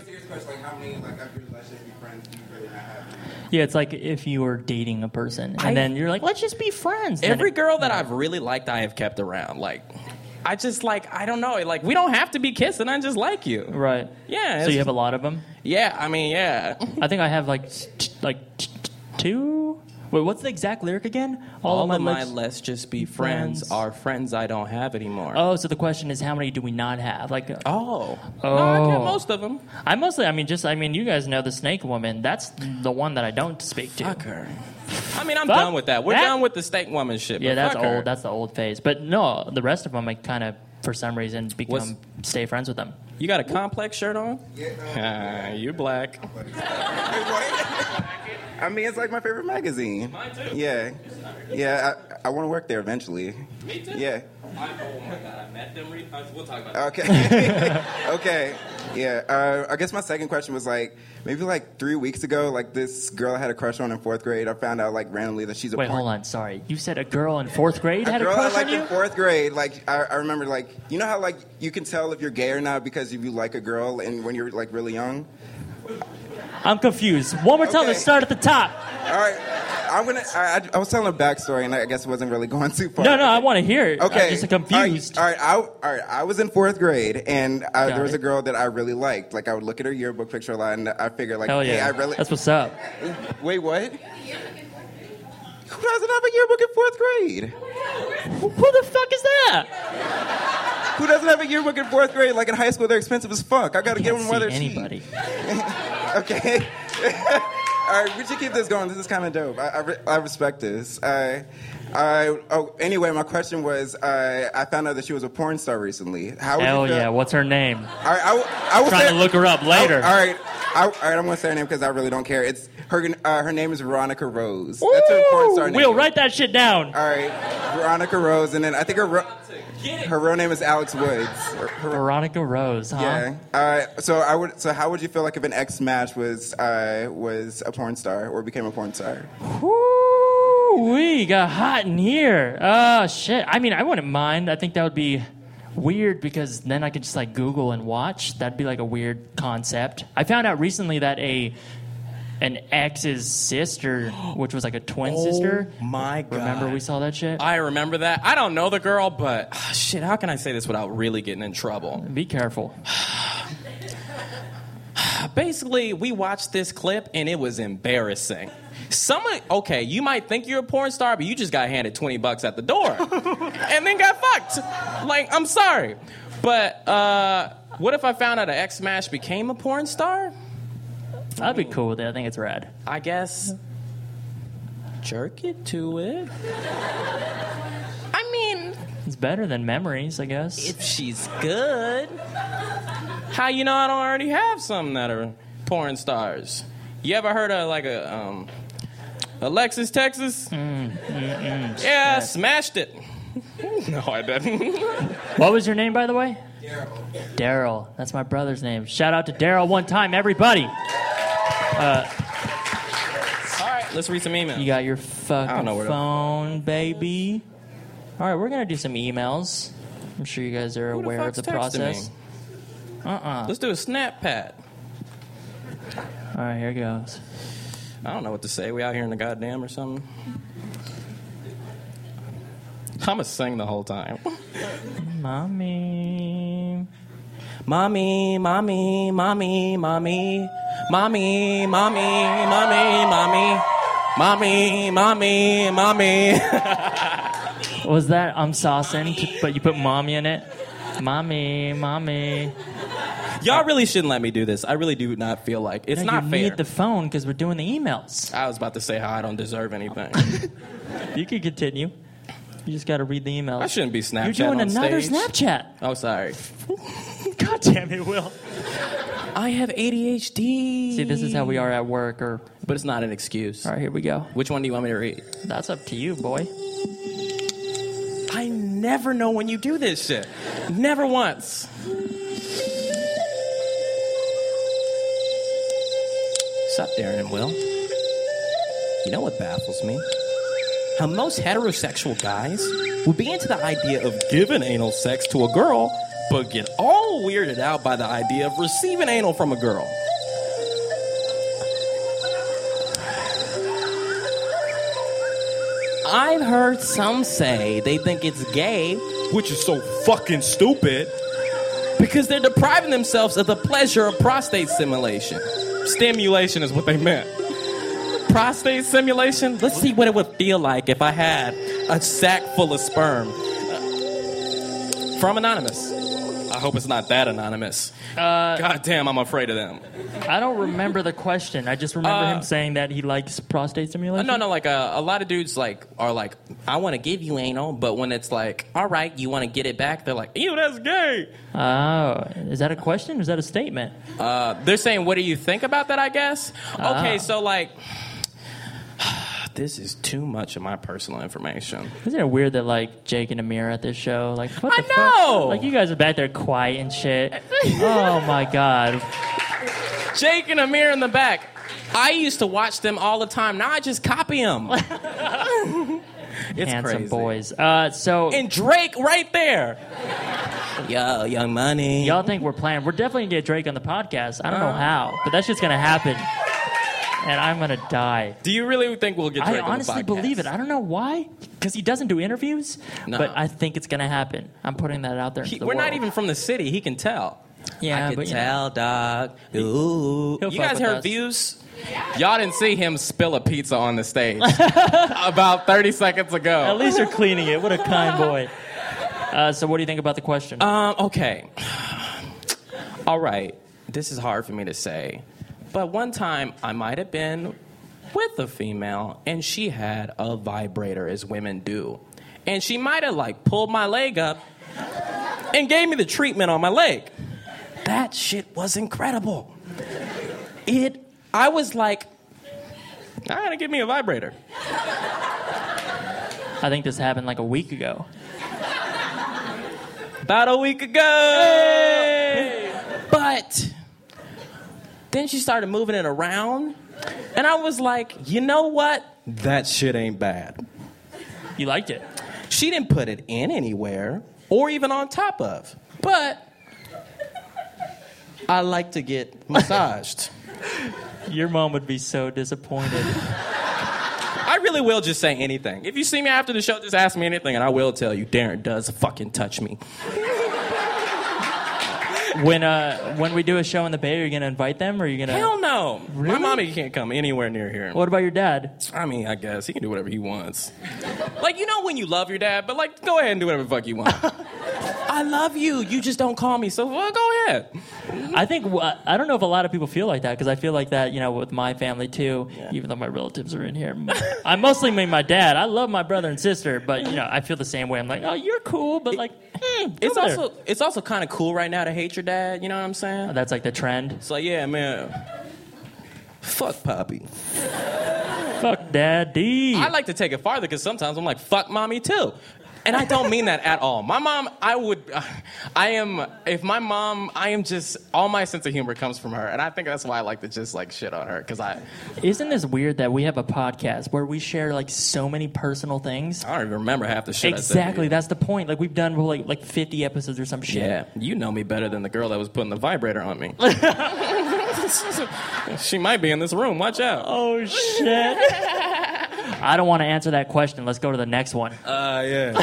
Speaker 1: Yeah, it's like if you were dating a person and
Speaker 3: I-
Speaker 1: then you're like, let's just be friends. And then
Speaker 3: every
Speaker 1: it-
Speaker 3: girl that I've really liked I have kept around like I just like I don't know like we don't have to be kissing I just like you.
Speaker 1: Right.
Speaker 3: Yeah.
Speaker 1: So you have a lot of them?
Speaker 3: Yeah, I mean yeah.
Speaker 1: I think I have like s- t- like t- t- two. Wait, what's the exact lyric again?
Speaker 3: All of my,
Speaker 1: lips-
Speaker 3: let's just be friends,
Speaker 1: friends.
Speaker 3: are friends I don't have anymore.
Speaker 1: Oh, so the question is, how many do we not have? Like,
Speaker 3: Oh. No, I
Speaker 1: Oh.
Speaker 3: kept most of them.
Speaker 1: I mostly, I mean, just, I mean, you guys know the Snake Woman. That's the one that I don't speak to.
Speaker 3: her. I mean, I'm
Speaker 1: Fuck
Speaker 3: done with that. We're
Speaker 1: that.
Speaker 3: done with the steak woman shit.
Speaker 1: Yeah,
Speaker 3: but
Speaker 1: that's
Speaker 3: fuck her.
Speaker 1: old. That's the old phase. But no, the rest of them, I kind of, for some reason, become
Speaker 3: What's-
Speaker 1: stay friends with them.
Speaker 3: you got a complex shirt on? Yeah. you black.
Speaker 8: I mean, it's like my favorite magazine. Mine too. Yeah, yeah. I, I want to work there eventually. Me too. Yeah. Okay. okay. Yeah. Uh, I guess my second question was like maybe like three weeks ago. Like this girl I had a crush on in fourth grade. I found out like randomly that she's a
Speaker 1: Wait,
Speaker 8: porn-
Speaker 1: hold on. Sorry, you said a girl in fourth grade had a
Speaker 8: girl I
Speaker 1: crush on
Speaker 8: liked
Speaker 1: you.
Speaker 8: in fourth grade. Like I, I remember, like you know how like you can tell if you're gay or not because if you like a girl and when you're like really young.
Speaker 1: I'm confused. One more time.
Speaker 8: Okay.
Speaker 1: Let's start at the top.
Speaker 8: All right, I'm gonna. I, I- I was telling a backstory and I guess it wasn't really going too far.
Speaker 1: No, no, I want to hear it.
Speaker 8: Okay.
Speaker 1: I'm just confused.
Speaker 8: All right. All right, I, all right. I was in fourth grade, and I,
Speaker 1: Got
Speaker 8: there was
Speaker 1: it.
Speaker 8: a girl that I really liked. Like I would look at her yearbook picture a lot, and I figured, like,
Speaker 1: Hell yeah.
Speaker 8: hey, I really.
Speaker 1: That's what's up.
Speaker 8: Wait, what? Who doesn't have a yearbook in fourth grade?
Speaker 1: Who the fuck is that?
Speaker 8: Who doesn't have a yearbook in fourth grade? Like in high school, they're expensive as fuck. I gotta
Speaker 1: I can't
Speaker 8: get one
Speaker 1: see
Speaker 8: whether she-
Speaker 1: anybody.
Speaker 8: Okay. All right, we should keep this going. This is kind of dope. I, I, re- I respect this. Uh, I, oh, anyway, my question was uh, I found out that she was a porn star recently. How would
Speaker 1: Hell
Speaker 8: you feel?
Speaker 1: yeah. What's her name?
Speaker 8: All right, I, will- I will
Speaker 1: Trying
Speaker 8: say-
Speaker 1: to look her up later.
Speaker 8: I- all right, I, all right, I'm gonna say her name because I really don't care. It's her. Uh, her name is Veronica Rose. That's her porn star name.
Speaker 1: Will, write that shit down.
Speaker 8: All right, Veronica Rose, and then I think her ro- her real name is Alex Woods. Her-
Speaker 1: Uh-huh.
Speaker 8: her-
Speaker 1: Veronica Rose, huh?
Speaker 8: yeah. Uh, so I would. So how would you feel like if an ex match was uh, was a porn star or became a porn star?
Speaker 1: Woo-wee, got hot in here. Oh, shit. I mean, I wouldn't mind. I think that would be weird because then I could just like Google and watch. That'd be like a weird concept. I found out recently that a an ex's sister, which was like a twin sister.
Speaker 3: Oh my God.
Speaker 1: Remember we saw that shit?
Speaker 3: I remember that. I don't know the girl, but ah, shit, how can I say this without really getting in trouble?
Speaker 1: Be careful.
Speaker 3: Basically, we watched this clip and it was embarrassing. Someone, okay, you might think you're a porn star, but you just got handed 20 bucks at the door and then got fucked. Like, I'm sorry. But uh, what if I found out an ex smash became a porn star?
Speaker 1: I'd be cool with it. I think it's rad.
Speaker 3: I guess jerk it to it. I mean,
Speaker 1: It's better than memories, I guess.
Speaker 3: if she's good, how you know I don't already have some that are porn stars? You ever heard of like a um, Alexis Texas? yeah, smashed it. no, I didn't.
Speaker 1: What was your name, by the way? Daryl. Daryl. That's my brother's name. Shout out to Daryl one time, everybody.
Speaker 3: All right, let's read some emails.
Speaker 1: You got your fucking
Speaker 3: know where to-
Speaker 1: phone, baby. All right, we're gonna do some emails. I'm sure you guys are
Speaker 3: Who the
Speaker 1: aware of
Speaker 3: fuck's
Speaker 1: the
Speaker 3: texting
Speaker 1: process.
Speaker 3: me? let's do a snap pad.
Speaker 1: All right, here goes.
Speaker 3: I don't know what to say. We out here in the goddamn or something. I'ma sing the whole time.
Speaker 1: Mommy.
Speaker 3: Mommy, mommy, mommy, mommy, mommy, mommy, mommy, mommy, mommy, mommy, mommy.
Speaker 1: Was that I'm saucing, t- but you put mommy in it? Mommy, mommy.
Speaker 3: Y'all really shouldn't let me do this. I really do not feel like it's
Speaker 1: No,
Speaker 3: not
Speaker 1: you
Speaker 3: fair.
Speaker 1: need the phone because we're doing the emails.
Speaker 3: I was about to say how I don't deserve anything.
Speaker 1: You can continue. You just got to read the emails.
Speaker 3: I shouldn't be Snapchat
Speaker 1: You're doing
Speaker 3: on
Speaker 1: another
Speaker 3: stage.
Speaker 1: Snapchat.
Speaker 3: Oh, sorry.
Speaker 1: God damn it, Will.
Speaker 3: I have ADHD.
Speaker 1: See, this is how we are at work. Or
Speaker 3: But it's not an excuse.
Speaker 1: all right, here we go.
Speaker 3: Which one do you want me to read?
Speaker 1: That's up to you, boy.
Speaker 3: I never know when you do this shit. Never once. Sup, Darren and Will. You know what baffles me? How most heterosexual guys would be into the idea of giving anal sex to a girl, but get all weirded out by the idea of receiving anal from a girl.
Speaker 6: I've heard some say they think it's gay
Speaker 3: which is so fucking stupid because they're depriving themselves of the pleasure of prostate stimulation. Stimulation is what they meant. Prostate stimulation? Let's see what it would feel like if I had a sack full of sperm. From Anonymous. I hope it's not that anonymous. God damn, I'm afraid of them.
Speaker 1: I don't remember the question. I just remember him saying that he likes prostate stimulation.
Speaker 3: Uh, No, no, like uh, a lot of dudes like are like, I want to give you anal, but when it's like, all right, you want to get it back, they're like, ew, that's gay.
Speaker 1: Oh, is that a question? Is that a statement?
Speaker 3: They're saying, "What do you think about that?" I guess.
Speaker 1: Ah.
Speaker 3: Okay, so like, this is too much of my personal information.
Speaker 1: Isn't it weird that like Jake and Amir at this show? Like, what
Speaker 3: I
Speaker 1: the fuck?
Speaker 3: know!
Speaker 1: Like you guys are back there quiet and shit. oh my god.
Speaker 3: Jake and Amir in the back. I used to watch them all the time. Now I just copy them. it's
Speaker 1: Handsome
Speaker 3: crazy.
Speaker 1: boys. Uh, so
Speaker 3: And Drake right there. Yo, Young Money.
Speaker 1: y'all think we're playing? We're definitely gonna get Drake on the podcast. I don't
Speaker 3: Uh.
Speaker 1: know how, but that's just gonna happen, and I'm gonna die.
Speaker 3: Do you really think we'll get
Speaker 1: I
Speaker 3: Drake on the
Speaker 1: honestly
Speaker 3: podcast?
Speaker 1: believe it. I don't know why, because he doesn't do interviews.
Speaker 3: No.
Speaker 1: But I think it's gonna happen. I'm putting that out there.
Speaker 3: He-
Speaker 1: into the
Speaker 3: we're not
Speaker 1: world.
Speaker 3: even from the city. He can tell.
Speaker 1: Yeah,
Speaker 3: I can
Speaker 1: but you know.
Speaker 3: tell, dog. Ooh.
Speaker 1: He'll
Speaker 3: you
Speaker 1: fuck
Speaker 3: guys
Speaker 1: with
Speaker 3: heard
Speaker 1: us.
Speaker 3: views? Y'all didn't see him spill a pizza on the stage about 30 seconds
Speaker 1: At
Speaker 3: ago.
Speaker 1: least you're cleaning it. What a kind boy. Uh, so, what do you think about the question?
Speaker 3: Um, okay. All right. This is hard for me to say. But one time I might have been with a female and she had a vibrator as women do. And she might have like pulled my leg up and gave me the treatment on my leg. That shit was incredible. It I was like I gotta give me a vibrator.
Speaker 1: I think this happened like a week ago.
Speaker 3: about a week ago. But then she started moving it around, and I was like, you know what? That shit ain't bad.
Speaker 1: You liked it.
Speaker 3: She didn't put it in anywhere or even on top of, but I like to get massaged.
Speaker 1: Your mom would be so disappointed.
Speaker 3: I really will just say anything. If you see me after the show, just ask me anything, and I will tell you, Darren does fucking touch me.
Speaker 1: when uh when we do a show in the Bay, are you gonna invite them or are you gonna?
Speaker 3: Hell no. My mommy can't come anywhere near here.
Speaker 1: What about your dad?
Speaker 3: I mean, I guess he can do whatever he wants. like, you know when you love your dad, but like, go ahead and do whatever the fuck you want. I love you. You just don't call me, so well, go ahead.
Speaker 1: I think wh- I don't know if a lot of people feel like that because I feel like that you know with my family too. Even though my relatives are in here, I mostly mean my dad. I love my brother and sister, but you know I feel the same way. I'm like, oh, you're cool, but like, mm,
Speaker 3: hmm, It's
Speaker 1: over there."
Speaker 3: also it's also kind of cool right now to hate your dad. You know what I'm saying?
Speaker 1: that's like the trend.
Speaker 3: It's like, yeah, man. Fuck Poppy.
Speaker 1: Fuck daddy.
Speaker 3: I like to take it farther because sometimes I'm like, fuck mommy too. And I don't mean that at all. My mom, I would, I am, if my mom, I am just, all my sense of humor comes from her. And I think that's why I like to just like shit on her because I,
Speaker 1: Isn't this weird that we have a podcast where we share like so many personal things?
Speaker 3: I don't even remember half the shit I said to you.
Speaker 1: Exactly, that's the point. Like we've done like like 50 episodes or some shit.
Speaker 3: Yeah, you know me better than the girl that was putting the vibrator on me. she might be in this room. Watch out.
Speaker 1: Oh shit. I don't want to answer that question. Let's go to the next one.
Speaker 3: Uh, yeah.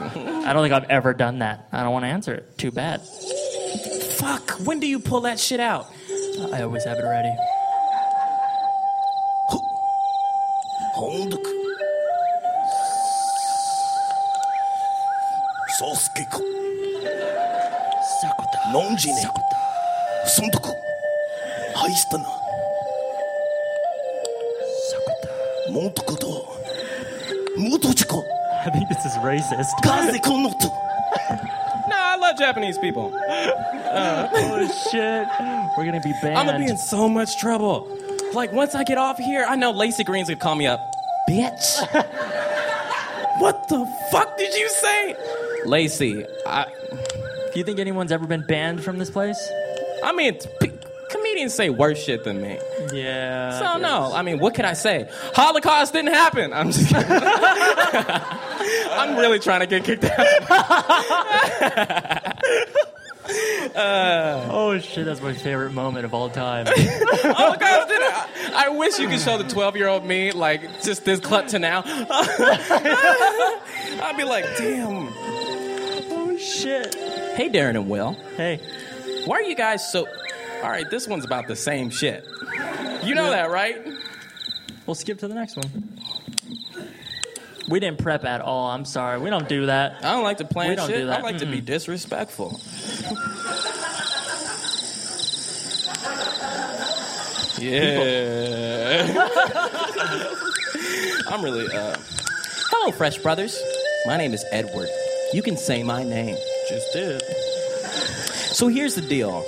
Speaker 1: I don't think I've ever done that. I don't want to answer it. Too bad.
Speaker 3: Fuck. When do you pull that shit out?
Speaker 1: I always have it ready.
Speaker 9: Hold. Sosuke. Sakuta. Nonjine. Sakuta. Sontoku. Haistana. Sakuta. Montoku to. Motochiko.
Speaker 1: I think this is racist.
Speaker 9: Kaze konoto.
Speaker 10: Oh,
Speaker 3: No, I love Japanese people.
Speaker 1: Holy shit. We're gonna be banned.
Speaker 3: I'm gonna be in so much trouble. Like once I get off here, I know Lacey Green's gonna call me up. Bitch. what the fuck did you say? Lacey, I,
Speaker 1: Do you think anyone's ever been banned from this place?
Speaker 3: I mean, p- comedians say worse shit than me.
Speaker 1: Yeah.
Speaker 3: So no, I mean, what could I say? Holocaust didn't happen. I'm just kidding. I'm really trying to get kicked out.
Speaker 1: Oh shit, that's my favorite moment of all time.
Speaker 3: Holocaust didn't. I, I wish you could show the 12 year old me like just this clip to now. I'd be like, damn.
Speaker 1: oh shit.
Speaker 3: Hey, Darren and Will,
Speaker 1: Hey.
Speaker 3: why are you guys so? All right, this one's about the same shit. You know that, right?
Speaker 1: We'll skip to the next one. We didn't prep at all. I'm sorry. We don't do that.
Speaker 3: I don't like to plan
Speaker 1: We don't
Speaker 3: shit.
Speaker 1: do that.
Speaker 3: I like to be disrespectful. yeah. I'm really. Uh... Hello, Fresh Brothers. My name is Edward. You can say my name. Just did. So here's the deal.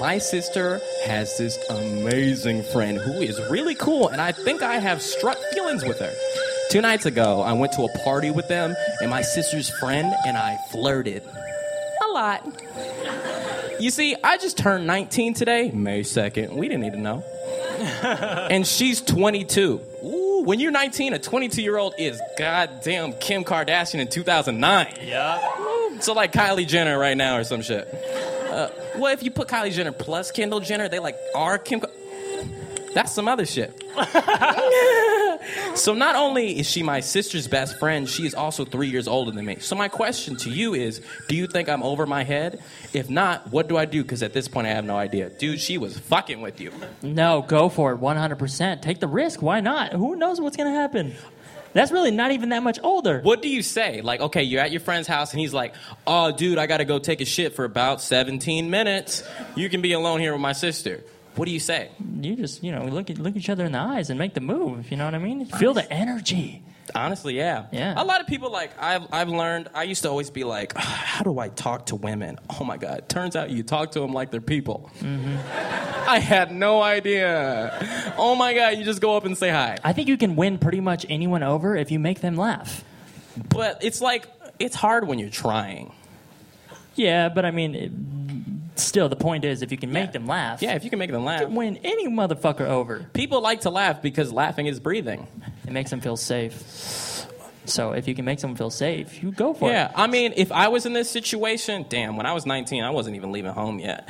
Speaker 3: My sister has this amazing friend who is really cool, and I think I have struck feelings with her. Two nights ago, I went to a party with them and my sister's friend, and I flirted a lot. You see, I just turned 19 today, May 2nd. We didn't need to know. and she's 22. Ooh, when you're 19, a 22 year old is goddamn Kim Kardashian in 2009. Yeah. So, like Kylie Jenner right now or some shit. Uh, well, if you put Kylie Jenner plus Kendall Jenner, they like are Kim. Ka- That's some other shit. So not only is she my sister's best friend, she is also three years older than me. So my question to you is, do you think I'm over my head? If not, what do I do? Because at this point, I have no idea. Dude, she was fucking with you.
Speaker 1: No, go for it. 100%. Take the risk. Why not? Who knows what's going to happen? That's really not even that much older.
Speaker 3: What do you say? Like, okay, you're at your friend's house, and he's like, "Oh, dude, I gotta go take a shit for about 17 minutes. You can be alone here with my sister." What do you say?
Speaker 1: You just, you know, look at look each other in the eyes and make the move. You know what I mean? Feel the energy.
Speaker 3: Honestly, yeah.
Speaker 1: Yeah.
Speaker 3: A lot of people like I've I've learned. I used to always be like, "Ah, how do I talk to women? Oh my god! Turns out you talk to them like they're people.
Speaker 1: Mm-hmm.
Speaker 3: I had no idea. Oh my god! You just go up and say hi.
Speaker 1: I think you can win pretty much anyone over if you make them laugh.
Speaker 3: But it's like it's hard when you're trying.
Speaker 1: Yeah, but I mean, it, still, the point is if you can make
Speaker 3: Yeah.
Speaker 1: them laugh,
Speaker 3: Yeah, if you can make them
Speaker 1: you
Speaker 3: laugh.
Speaker 1: can win any motherfucker over.
Speaker 3: People like to laugh because laughing is breathing.
Speaker 1: It makes them feel safe. So if you can make someone feel safe, you go for
Speaker 3: Yeah, I mean, if I was in this situation, damn, when I was 19, I wasn't even leaving home yet.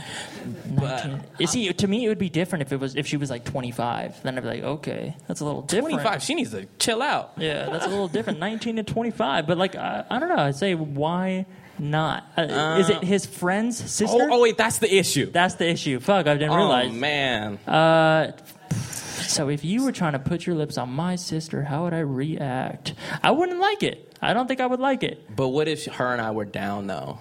Speaker 3: But
Speaker 1: it. You see, to me, it would be different if it was if she was like 25. Then I'd be like, okay, that's a little different.
Speaker 3: 25, she needs to chill out.
Speaker 1: Yeah, that's a little different. 19 to 25. But like, I, I don't know. I'd say why not? Uh, is it his friend's sister?
Speaker 6: Oh, oh wait, that's the issue.
Speaker 1: That's the issue. Fuck, I didn't
Speaker 3: Oh
Speaker 1: realize. Uh,
Speaker 3: man.
Speaker 1: So if you were trying to put your lips on my sister, how would I react? I wouldn't like it. I don't think I would like it.
Speaker 3: But what if her and I were down though?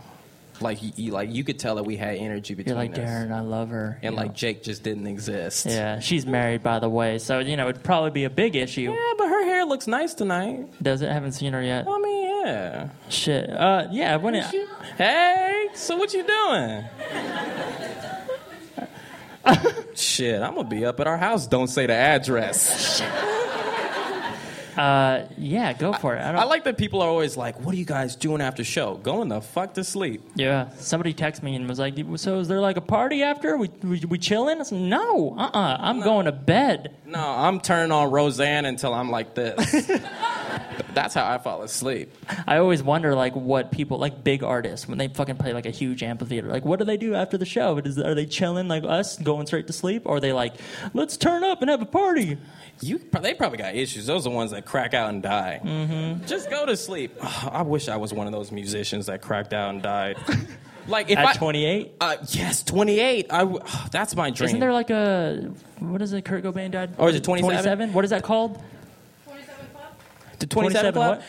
Speaker 3: Like you- you, like you could tell that we had energy between
Speaker 1: You're like
Speaker 3: us.
Speaker 1: Darren, I love her.
Speaker 3: And
Speaker 1: you
Speaker 3: like
Speaker 1: know.
Speaker 3: Jake just didn't exist.
Speaker 1: yeah, she's married by the way, so you know it'd probably be a big issue.
Speaker 3: Yeah, but her hair looks nice tonight.
Speaker 1: Does it? Haven't seen her yet.
Speaker 3: I mean, yeah.
Speaker 1: Shit. Uh, yeah, I wouldn't.
Speaker 3: Hey, so what you doing? Shit, I'm gonna be up at our house. Don't say the address.
Speaker 1: Uh, yeah, go for it. I don't.
Speaker 3: I like that people are always like, "What are you guys doing after show? Going the fuck to sleep?"
Speaker 1: Yeah, somebody texted me and was like, "So is there like a party after? We we, we chilling?" I said, "No, uh, uh-uh, uh, i am going to bed."
Speaker 3: No, I'm turning on Roseanne until I'm like this. That's how I fall asleep.
Speaker 1: I always wonder like what people like big artists when they fucking play like a huge amphitheater. Like, what do they do after the show? Is, are they chilling like us, going straight to sleep, or are they like, "Let's turn up and have a party"?
Speaker 3: You, they probably got issues. Those are the ones that crack out and die.
Speaker 1: Mm-hmm.
Speaker 3: Just go to sleep. Ugh, I wish I was one of those musicians that cracked out and died. like if I,
Speaker 1: At 28,
Speaker 3: uh, yes, 28. I w- ugh, that's my dream.
Speaker 1: isn't there like a what is it? Kurt Cobain died.
Speaker 3: Or Oh, is it 27?
Speaker 1: 27? What is that called?
Speaker 3: the
Speaker 1: what?
Speaker 3: 27 club?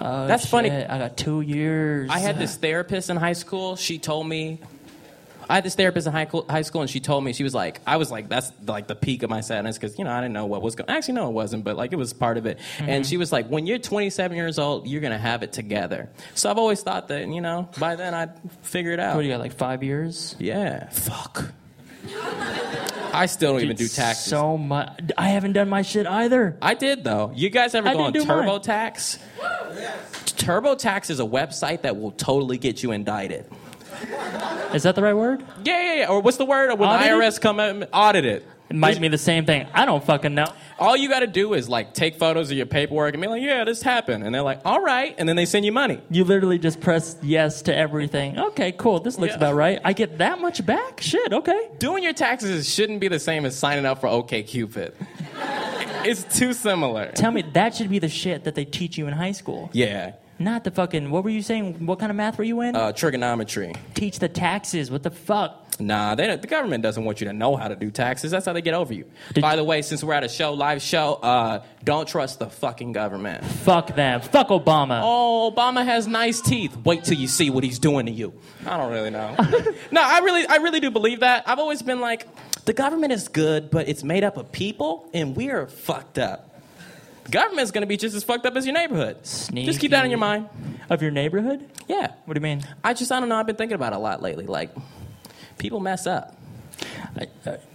Speaker 1: Oh,
Speaker 3: That's funny.
Speaker 1: shit, I got two years.
Speaker 3: I had this therapist in high school. She told me. I had this therapist in high, cl- high school, and she told me she was like, I was like, that's like the peak of my sadness because you know I didn't know what was going. Actually, no, it wasn't, but like it was part of it.
Speaker 1: Mm-hmm.
Speaker 3: And she was like, when you're 27 years old, you're gonna have it together. So I've always thought that you know by then I'd figure it out.
Speaker 1: What do you got? Like five years.
Speaker 3: Yeah. Fuck. I still don't even do taxes.
Speaker 1: So much. I haven't done my shit either.
Speaker 3: I did though. You guys ever
Speaker 1: I
Speaker 3: go on
Speaker 1: didn't do mine.
Speaker 3: TurboTax? TurboTax is a website that will totally get you indicted.
Speaker 1: Is that the right word?
Speaker 3: Yeah, yeah, yeah. Or what's the word? Or when
Speaker 1: Audited?
Speaker 3: the IRS come and audit it.
Speaker 1: It might be the same thing. I don't fucking know.
Speaker 3: All you got to do is like take photos of your paperwork and be like, "Yeah, this happened," and they're like, "All right," and then they send you money.
Speaker 1: You literally just press yes to everything. Okay, cool. This looks
Speaker 3: Yeah.
Speaker 1: about right. I get that much back? Shit, okay.
Speaker 3: Doing your taxes shouldn't be the same as signing up for OKCupid. it's too similar.
Speaker 1: Tell me, that should be the shit that they teach you in high school.
Speaker 3: Yeah,
Speaker 1: Not the fucking, what were you saying? What kind of math were you in?
Speaker 3: uh, trigonometry.
Speaker 1: teach the taxes. What the fuck?
Speaker 3: Nah, they don't, the government doesn't want you to know how to do taxes. That's how they get over you. By the way, since we're at a show, live show, uh, don't trust the fucking government.
Speaker 1: Fuck them. Fuck Obama.
Speaker 3: Oh, Obama has nice teeth. Wait till you see what he's doing to you. I don't really know. no, I really, I really do believe that. I've always been like, the government is good, but it's made up of people, and we are fucked up. Government's gonna be just as fucked up as your neighborhood. Just keep that in
Speaker 1: Sneaky.
Speaker 3: your mind.
Speaker 1: Of your neighborhood?
Speaker 3: Yeah.
Speaker 1: What do you mean?
Speaker 3: I just, I don't know. I've been thinking about it a lot lately. Like, people mess up.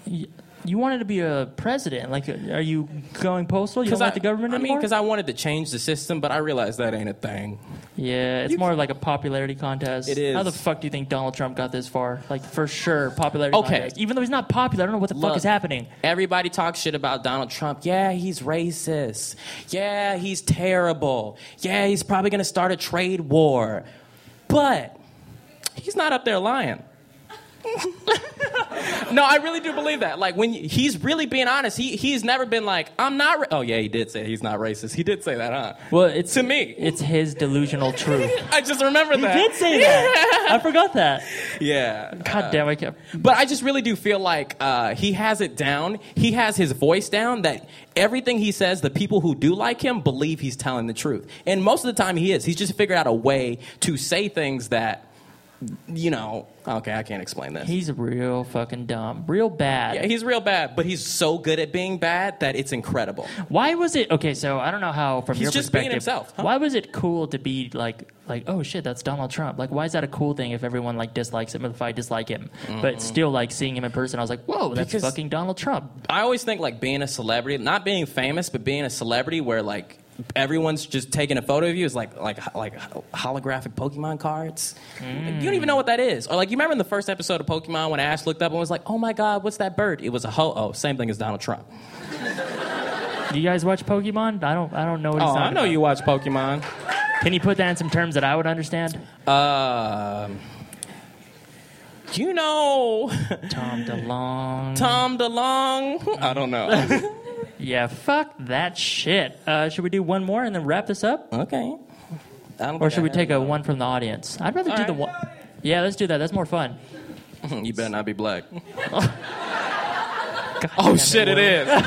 Speaker 1: You, you wanted to be a president. Like, are you going postal? You don't
Speaker 3: Because
Speaker 1: like the government
Speaker 3: I mean,
Speaker 1: anymore?
Speaker 3: because I wanted to change the system, but I realized that ain't a thing.
Speaker 1: Yeah, it's more of like a popularity contest.
Speaker 3: It is.
Speaker 1: How the fuck do you think Donald Trump got this far? Like for sure, popularity
Speaker 3: Okay.
Speaker 1: contest. Even though he's not popular, I don't know what the fuck
Speaker 3: Look,
Speaker 1: is happening.
Speaker 3: Everybody talks shit about Donald Trump. Yeah, he's racist. Yeah, he's terrible. Yeah, he's probably gonna start a trade war. But he's not up there lying. no, I really do believe that. Like when you, he's really being honest, he he's never been like, "I'm not." Ra-. Oh yeah, he did say he's not racist. He did say that, huh?
Speaker 1: Well, it's
Speaker 3: to me.
Speaker 1: It's his delusional truth.
Speaker 3: I just remember
Speaker 1: he
Speaker 3: that.
Speaker 1: did say that. I forgot that.
Speaker 3: Yeah.
Speaker 1: God damn, I can't.
Speaker 3: But I just really do feel like uh, he has it down. He has his voice down that everything he says, the people who do like him believe he's telling the truth. And most of the time he is. He's just figured out a way to say things that, you know, okay, I can't explain this.
Speaker 1: He's real fucking dumb, real bad.
Speaker 3: yeah, he's real bad, but he's so good at being bad that it's incredible.
Speaker 1: Why was it okay? So I don't know how from
Speaker 3: He's
Speaker 1: your
Speaker 3: just being
Speaker 1: perspective.
Speaker 3: himself, huh?
Speaker 1: Why was it cool to be like like oh shit that's Donald Trump? Like why is that a cool thing if everyone like dislikes him if I dislike him? But still like seeing him in person, I was like whoa that's
Speaker 3: Because-
Speaker 1: fucking Donald Trump.
Speaker 3: I always think like being a celebrity, not being famous, but being a celebrity where like everyone's just taking a photo of you is like like like holographic Pokemon cards. Like, you don't even know what that is. Or like you remember in the first episode of Pokemon when Ash looked up and was like, "Oh my God, what's that bird?" It was a ho-oh. Same thing as Donald Trump.
Speaker 1: Do you guys watch Pokemon? I don't I don't know what he's
Speaker 3: Oh,
Speaker 1: talking
Speaker 3: I know
Speaker 1: about.
Speaker 3: you watch Pokemon.
Speaker 1: Can you put that in some terms that I would understand?
Speaker 3: Um, you know
Speaker 1: Tom DeLong.
Speaker 3: Tom DeLong? I don't know.
Speaker 1: Yeah, fuck that shit. Uh, should we do one more and then wrap this up?
Speaker 3: okay. I don't
Speaker 1: Or
Speaker 3: think
Speaker 1: should
Speaker 3: I
Speaker 1: we
Speaker 3: have
Speaker 1: take a one from the audience? I'd rather do the
Speaker 3: Alright.
Speaker 1: one. Yeah, let's do that. That's more fun.
Speaker 3: one. You better not be black.
Speaker 1: God
Speaker 3: Oh
Speaker 1: damn
Speaker 3: shit, it
Speaker 1: Will.
Speaker 3: is.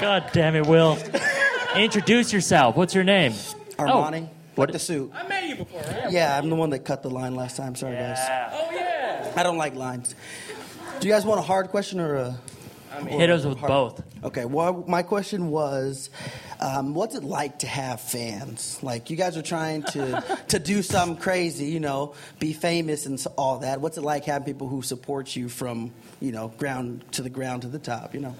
Speaker 1: God damn it, Will. Introduce yourself. What's your name?
Speaker 10: Armani.
Speaker 1: What-
Speaker 10: What the suit?
Speaker 3: I met you before. Right?
Speaker 10: Yeah, I'm the one that cut the line last time. Sorry,
Speaker 3: Oh yeah.
Speaker 10: guys. I don't like lines. Do you guys want a hard question or a?
Speaker 1: Hit us with both.
Speaker 10: Oh, Okay. Well, my question was, um, what's it like to have fans? Like, you guys are trying to to do something crazy, you know, be famous and s- all that. What's it like having people who support you from, you know, ground to the ground to the top? You know.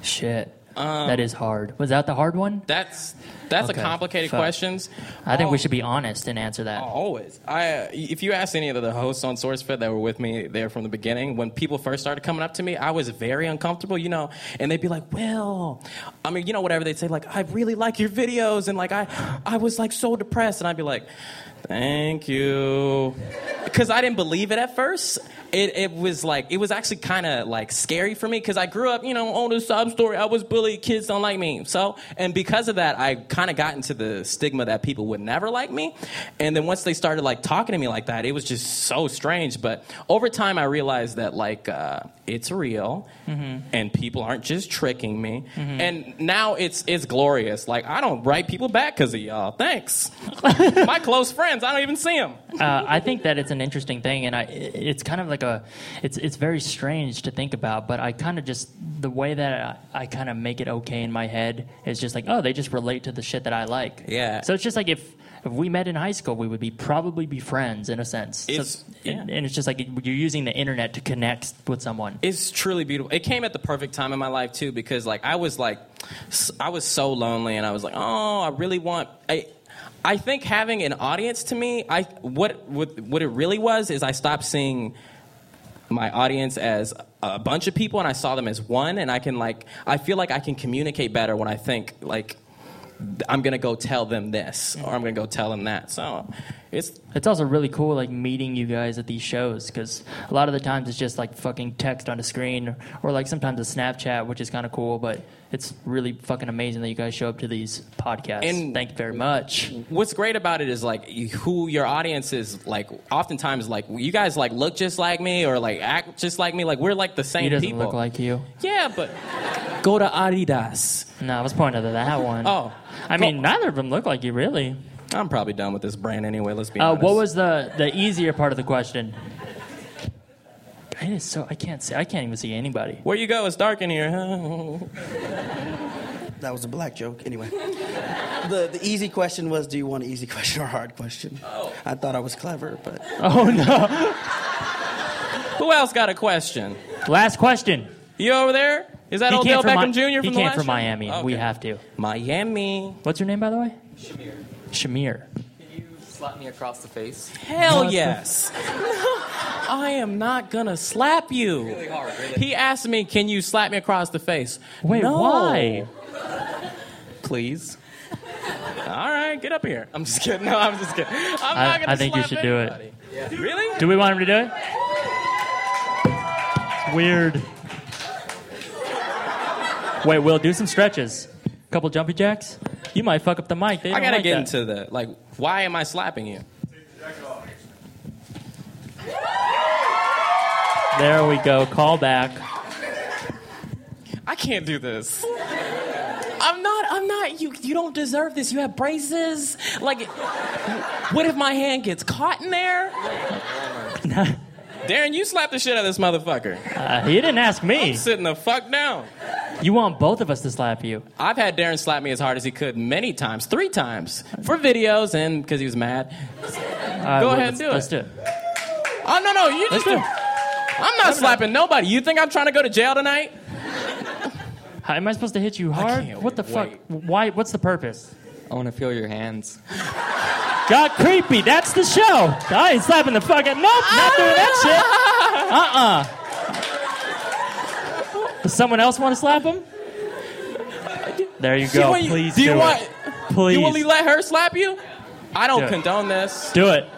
Speaker 1: Shit.
Speaker 3: Um,
Speaker 1: that is hard. Was that the hard one?
Speaker 3: That's that's
Speaker 1: Okay,
Speaker 3: a complicated
Speaker 1: fuck.
Speaker 3: questions.
Speaker 1: I think we
Speaker 3: Oh.
Speaker 1: should be honest and answer that.
Speaker 3: Always. I, uh, if you ask any of the hosts on SourceFed that were with me there from the beginning, when people first started coming up to me, I was very uncomfortable, you know, and they'd be like, Will, I mean, you know, whatever they'd say, like, I really like your videos, and like, I, I was like so depressed, and I'd be like, thank you. Because I didn't believe it at first. It, it was like, it was actually kind of like scary for me because I grew up, you know, on a sob story. I was bullied, kids don't like me. So, and because of that, I kind of got into the stigma that people would never like me. And then once they started like talking to me like that, it was just so strange. But over time, I realized that like uh, it's real, and people aren't just tricking me. And now it's it's glorious. Like I don't write people back because of y'all. Thanks, my close friends. I don't even see them.
Speaker 1: uh, I think that it's an interesting thing, and I, it's kind of like a, it's it's very strange to think about. But I kind of just the way that I, I kind of make it okay in my head is just like, oh, they just relate to the shit that I like.
Speaker 3: Yeah.
Speaker 1: So it's just like if if we met in high school, we would be probably be friends in a sense. So
Speaker 3: It's-
Speaker 1: and, and it's just like you're using the internet to connect with someone.
Speaker 3: It's truly beautiful. It came at the perfect time in my life too, because like I was like, s- I was so lonely, and I was like, oh, I really want. I, I think having an audience to me, I what what what it really was is I stopped seeing my audience as a bunch of people, and I saw them as one, and I can like, I feel like I can communicate better when I think like. I'm gonna go tell them this, or I'm gonna go tell them that. So, it's
Speaker 1: It's also really cool, like meeting you guys at these shows, because a lot of the times it's just like fucking text on a screen, or like sometimes a Snapchat, which is kind of cool. But it's really fucking amazing that you guys show up to these podcasts.
Speaker 3: And-
Speaker 1: Thank you very much.
Speaker 3: what's great about it is like you- who your audience is like oftentimes like you guys like look just like me or like act just like me like we're like the same
Speaker 1: He doesn't
Speaker 3: people
Speaker 1: look like you.
Speaker 3: yeah but go to adidas
Speaker 1: No, I was pointing to that one.
Speaker 3: Oh.
Speaker 1: I mean, neither of them look like you, really.
Speaker 3: i'm probably done with this brand anyway let's be
Speaker 1: Uh,
Speaker 3: honest
Speaker 1: what was the the easier part of the question? It is so I can't see. I can't even see anybody.
Speaker 3: where you go it's dark in here huh?
Speaker 10: That was a black joke. Anyway, the the easy question was, do you want an easy question or a hard question? Oh. I thought I was clever, but
Speaker 1: Oh no!
Speaker 3: who else got a question
Speaker 1: Last question.
Speaker 3: you over there is that old Bill
Speaker 1: from
Speaker 3: Beckham
Speaker 1: Mi-
Speaker 3: Jr. from
Speaker 1: he
Speaker 3: the
Speaker 1: came
Speaker 3: last
Speaker 1: from
Speaker 3: show?
Speaker 1: Miami.
Speaker 3: Okay.
Speaker 1: We have to.
Speaker 3: Miami.
Speaker 1: What's your name, by the way? Shamir. Shamir.
Speaker 6: Slap me across the face.
Speaker 3: Hell yes. I am not gonna slap you. He asked me, "Can you slap me across the face?"
Speaker 1: Wait,
Speaker 3: No.
Speaker 1: why?
Speaker 3: please. All right, get up here. I'm just kidding. No, I'm just kidding. I'm
Speaker 1: I-
Speaker 3: not gonna
Speaker 1: I think you
Speaker 3: slap
Speaker 1: should do it.
Speaker 3: anybody. Really?
Speaker 1: Do we want him to do it? It's weird. Wait, Will, do some stretches. Couple jumpy jacks. You might fuck up the mic. They
Speaker 3: I
Speaker 1: don't
Speaker 3: gotta
Speaker 1: like
Speaker 3: get
Speaker 1: that.
Speaker 3: into the like. Why am I slapping you?
Speaker 1: There we go. Call back.
Speaker 3: I can't do this. I'm not. I'm not. You. You don't deserve this. You have braces. Like, what if my hand gets caught in there? Darren, you slapped the shit out of this motherfucker.
Speaker 1: Uh, he didn't ask me.
Speaker 3: Sitting the fuck down.
Speaker 1: You want both of us to slap you? Uh,
Speaker 3: I've had Darren slap me as hard as he could many times, three times, for videos and because he was mad.
Speaker 1: Uh,
Speaker 3: Go
Speaker 1: well,
Speaker 3: ahead and
Speaker 1: let's,
Speaker 3: do
Speaker 1: Let's do
Speaker 3: it.
Speaker 1: it.
Speaker 3: Oh no no you
Speaker 1: Let's do
Speaker 3: just.
Speaker 1: it.
Speaker 3: I'm not slapping nobody. You think I'm trying to go to jail tonight?
Speaker 1: How, am I supposed to hit you hard?
Speaker 3: can't
Speaker 1: What the
Speaker 3: wait.
Speaker 1: fuck? Why? What's the purpose?
Speaker 6: I want to feel your hands.
Speaker 1: Got creepy. That's the show. I ain't slapping the fuck out. Nope, not doing that shit. Uh uh Does someone else want to slap him? There you go.
Speaker 3: want you-
Speaker 1: Please
Speaker 3: do
Speaker 1: do,
Speaker 3: you
Speaker 1: it.
Speaker 3: want-
Speaker 1: Please
Speaker 3: You only let her slap you? I don't
Speaker 1: Yeah.
Speaker 3: condone this.
Speaker 1: do it.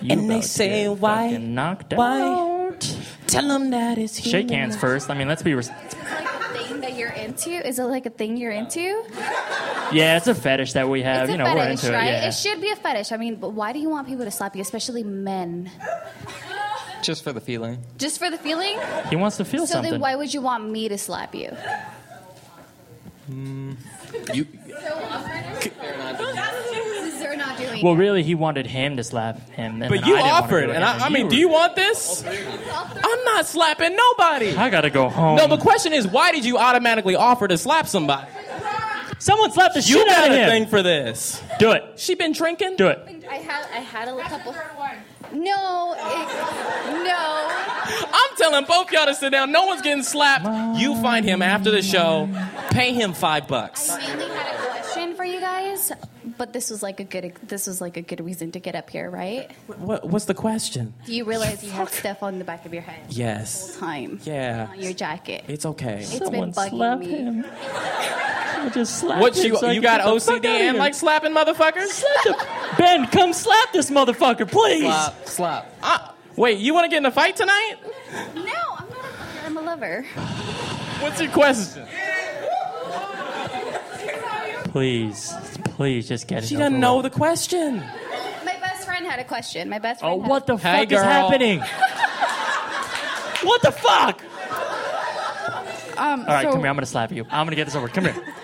Speaker 1: You
Speaker 3: And they
Speaker 1: about to
Speaker 3: say,
Speaker 1: get
Speaker 3: "Why?
Speaker 1: fucking knocked
Speaker 3: Why?"
Speaker 1: out.
Speaker 3: Tell them that it's human.
Speaker 1: Shake hands first. I mean, let's be. Res-
Speaker 7: It's like the thing that you're in
Speaker 11: into? Is it like a thing you're into?
Speaker 1: Yeah, it's a fetish that we have.
Speaker 11: it's a
Speaker 1: Uh, you know,
Speaker 11: fetish,
Speaker 1: we're into
Speaker 11: right?
Speaker 1: it. Yeah.
Speaker 11: It should be a fetish. I mean, but why do you want people to slap you, especially men?
Speaker 12: Just for the feeling.
Speaker 11: Just for the feeling?
Speaker 1: he wants to feel
Speaker 11: so
Speaker 1: something.
Speaker 11: then why would you want me to slap you?
Speaker 1: Mm.
Speaker 6: You.
Speaker 11: They're not doing
Speaker 1: well,
Speaker 11: it.
Speaker 1: really, he wanted him to slap him. And
Speaker 3: But
Speaker 1: then
Speaker 3: you
Speaker 1: I didn't wanna
Speaker 3: offered,
Speaker 1: do it.
Speaker 3: and I, I mean, do you want this? I'm not slapping nobody.
Speaker 1: I gotta go home.
Speaker 3: No, the question is, why did you automatically offer to slap somebody?
Speaker 1: Someone slapped the
Speaker 3: you
Speaker 1: shit
Speaker 3: got
Speaker 1: out of
Speaker 3: a
Speaker 1: him.
Speaker 3: thing for this.
Speaker 1: Do it.
Speaker 3: She been drinking.
Speaker 1: Do it.
Speaker 11: I had I had a little couple. No, it, no.
Speaker 3: I'm telling both y'all to sit down. No one's getting slapped. You find him after the show. Pay him five bucks.
Speaker 11: Mainly had a question for you guys, but this was like a good this was like a good reason to get up here, right?
Speaker 3: What, what's the question?
Speaker 11: Do you realize you have stuff on the back of your head the
Speaker 3: Yes.
Speaker 11: whole time?
Speaker 3: Yeah.
Speaker 11: On your jacket.
Speaker 3: It's okay.
Speaker 11: It's been bugging
Speaker 1: slap
Speaker 11: me.
Speaker 1: him. Someone just slapped
Speaker 3: What
Speaker 1: him
Speaker 3: you
Speaker 1: so I
Speaker 3: you
Speaker 1: could
Speaker 3: got
Speaker 1: get the fuck outta
Speaker 3: OCD and
Speaker 1: here.
Speaker 3: like slapping motherfuckers?
Speaker 1: Slap the- Ben, come slap this motherfucker, please.
Speaker 12: Slap, slap.
Speaker 3: Uh, wait, you want to get in a fight tonight?
Speaker 11: No, I'm not. A, I'm a lover.
Speaker 3: What's your question?
Speaker 1: Please, please, just get it.
Speaker 3: She
Speaker 1: over
Speaker 3: doesn't know
Speaker 1: with.
Speaker 3: the question.
Speaker 11: My best friend had a question. My best friend.
Speaker 1: Oh,
Speaker 11: had
Speaker 1: what the
Speaker 11: A,
Speaker 3: Hey,
Speaker 1: fuck
Speaker 3: girl.
Speaker 1: is happening? what the fuck?
Speaker 2: Um,
Speaker 1: All right,
Speaker 2: so
Speaker 1: come here. I'm gonna slap you. I'm gonna get this over. Come here.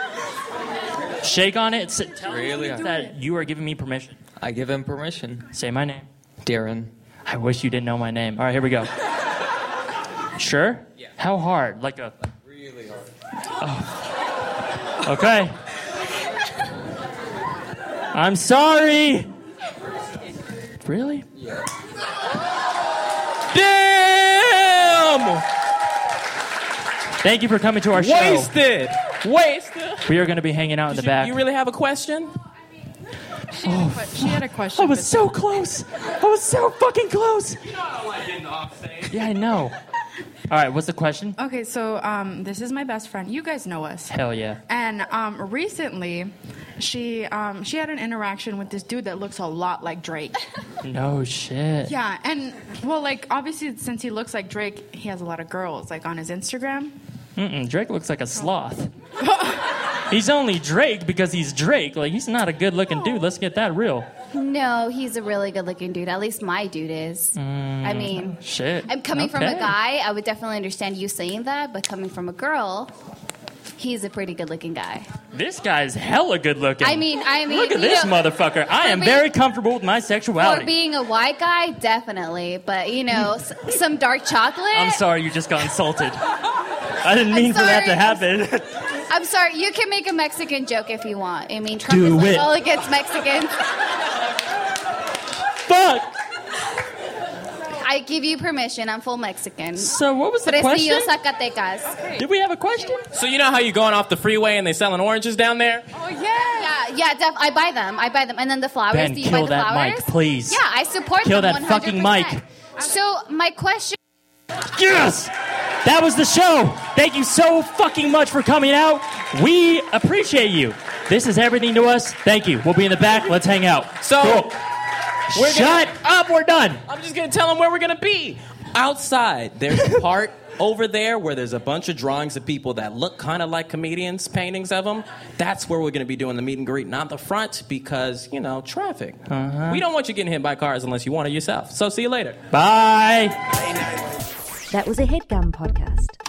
Speaker 1: Shake on it. Sit, tell
Speaker 12: Really?
Speaker 1: him that you are giving me permission.
Speaker 12: I give him permission.
Speaker 1: Say my name.
Speaker 12: Darren.
Speaker 1: I wish you didn't know my name. All right, here we go. Sure. Yeah. How hard? Like a. Oh.
Speaker 12: Really hard.
Speaker 1: Okay. I'm sorry. Really?
Speaker 3: Damn!
Speaker 1: Thank you for coming to our show.
Speaker 3: Wasted. Wasted.
Speaker 1: We are going to be hanging out in the
Speaker 3: Did you-
Speaker 1: back.
Speaker 3: You really have a question?
Speaker 2: she, had a que- she had a question.
Speaker 1: Oh, I was
Speaker 2: but-
Speaker 1: so close. I was so fucking close. Yeah, I know. All right, what's the question?
Speaker 11: Uh,
Speaker 2: Okay, so um, this is my best friend. You guys know us.
Speaker 1: Hell yeah.
Speaker 2: And um, recently, she um, she had an interaction with this dude that looks a lot like Drake.
Speaker 11: uh,
Speaker 1: No shit.
Speaker 2: Yeah, and well, like obviously, since he looks like Drake, he has a lot of girls like on his Instagram.
Speaker 1: Mm-mm, Mm, Drake looks like a sloth. he's only Drake because he's Drake. Like, he's not a good looking dude. Let's get that real.
Speaker 11: no, he's a really good-looking dude. At least my dude is. I mean,
Speaker 1: Shit.
Speaker 11: I'm coming from a
Speaker 1: Mm. Okay.
Speaker 11: guy. I would definitely understand you saying that, but coming from a girl, he's a pretty good-looking guy.
Speaker 1: This guy's hella good looking.
Speaker 11: I mean, I mean,
Speaker 1: Look at
Speaker 11: you
Speaker 1: this
Speaker 11: know,
Speaker 1: motherfucker. I
Speaker 11: for
Speaker 1: am
Speaker 11: being-
Speaker 1: very comfortable with my
Speaker 11: For
Speaker 1: sexuality.
Speaker 11: being a white guy, definitely, but you know, s- some dark chocolate.
Speaker 1: I'm sorry you just got insulted. I didn't mean for that to
Speaker 11: sorry.
Speaker 1: happen.
Speaker 11: I'm sorry. You can make a Mexican joke if you want. I mean, Trump
Speaker 1: Do
Speaker 11: is like
Speaker 1: it.
Speaker 11: all against Mexicans.
Speaker 1: Fuck.
Speaker 11: I give you permission. I'm full Mexican.
Speaker 1: So, what was the
Speaker 11: Fresnillo,
Speaker 1: question?
Speaker 11: Zacatecas.
Speaker 1: Did we have a question?
Speaker 3: So you know how you're going off the freeway and they selling oranges down there?
Speaker 2: Oh yeah.
Speaker 11: Yeah, yeah, def- I buy them. I buy them. And then the flowers.
Speaker 1: Ben,
Speaker 11: Do you
Speaker 1: kill
Speaker 11: buy the
Speaker 1: that
Speaker 11: flowers?
Speaker 1: mic, please.
Speaker 11: Yeah, I support
Speaker 1: Kill
Speaker 11: them
Speaker 1: that
Speaker 11: 100%.
Speaker 1: fucking mic.
Speaker 11: So, my question
Speaker 1: Yes! That was the show. Thank you so fucking much for coming out. We appreciate you. This is everything to us. Thank you. We'll be in the back. Let's hang out.
Speaker 3: So
Speaker 1: We're
Speaker 3: we're
Speaker 1: Shut
Speaker 3: gonna-
Speaker 1: up. We're done.
Speaker 3: I'm just gonna tell them where we're gonna be. Outside, there's a part over there where there's a bunch of drawings of people that look kind of like comedians, paintings of them. That's where we're gonna be doing the meet and greet, not the front because you know traffic. We don't want you getting hit by cars unless you want it yourself. So see you later.
Speaker 1: Bye.
Speaker 13: That was a headgum podcast.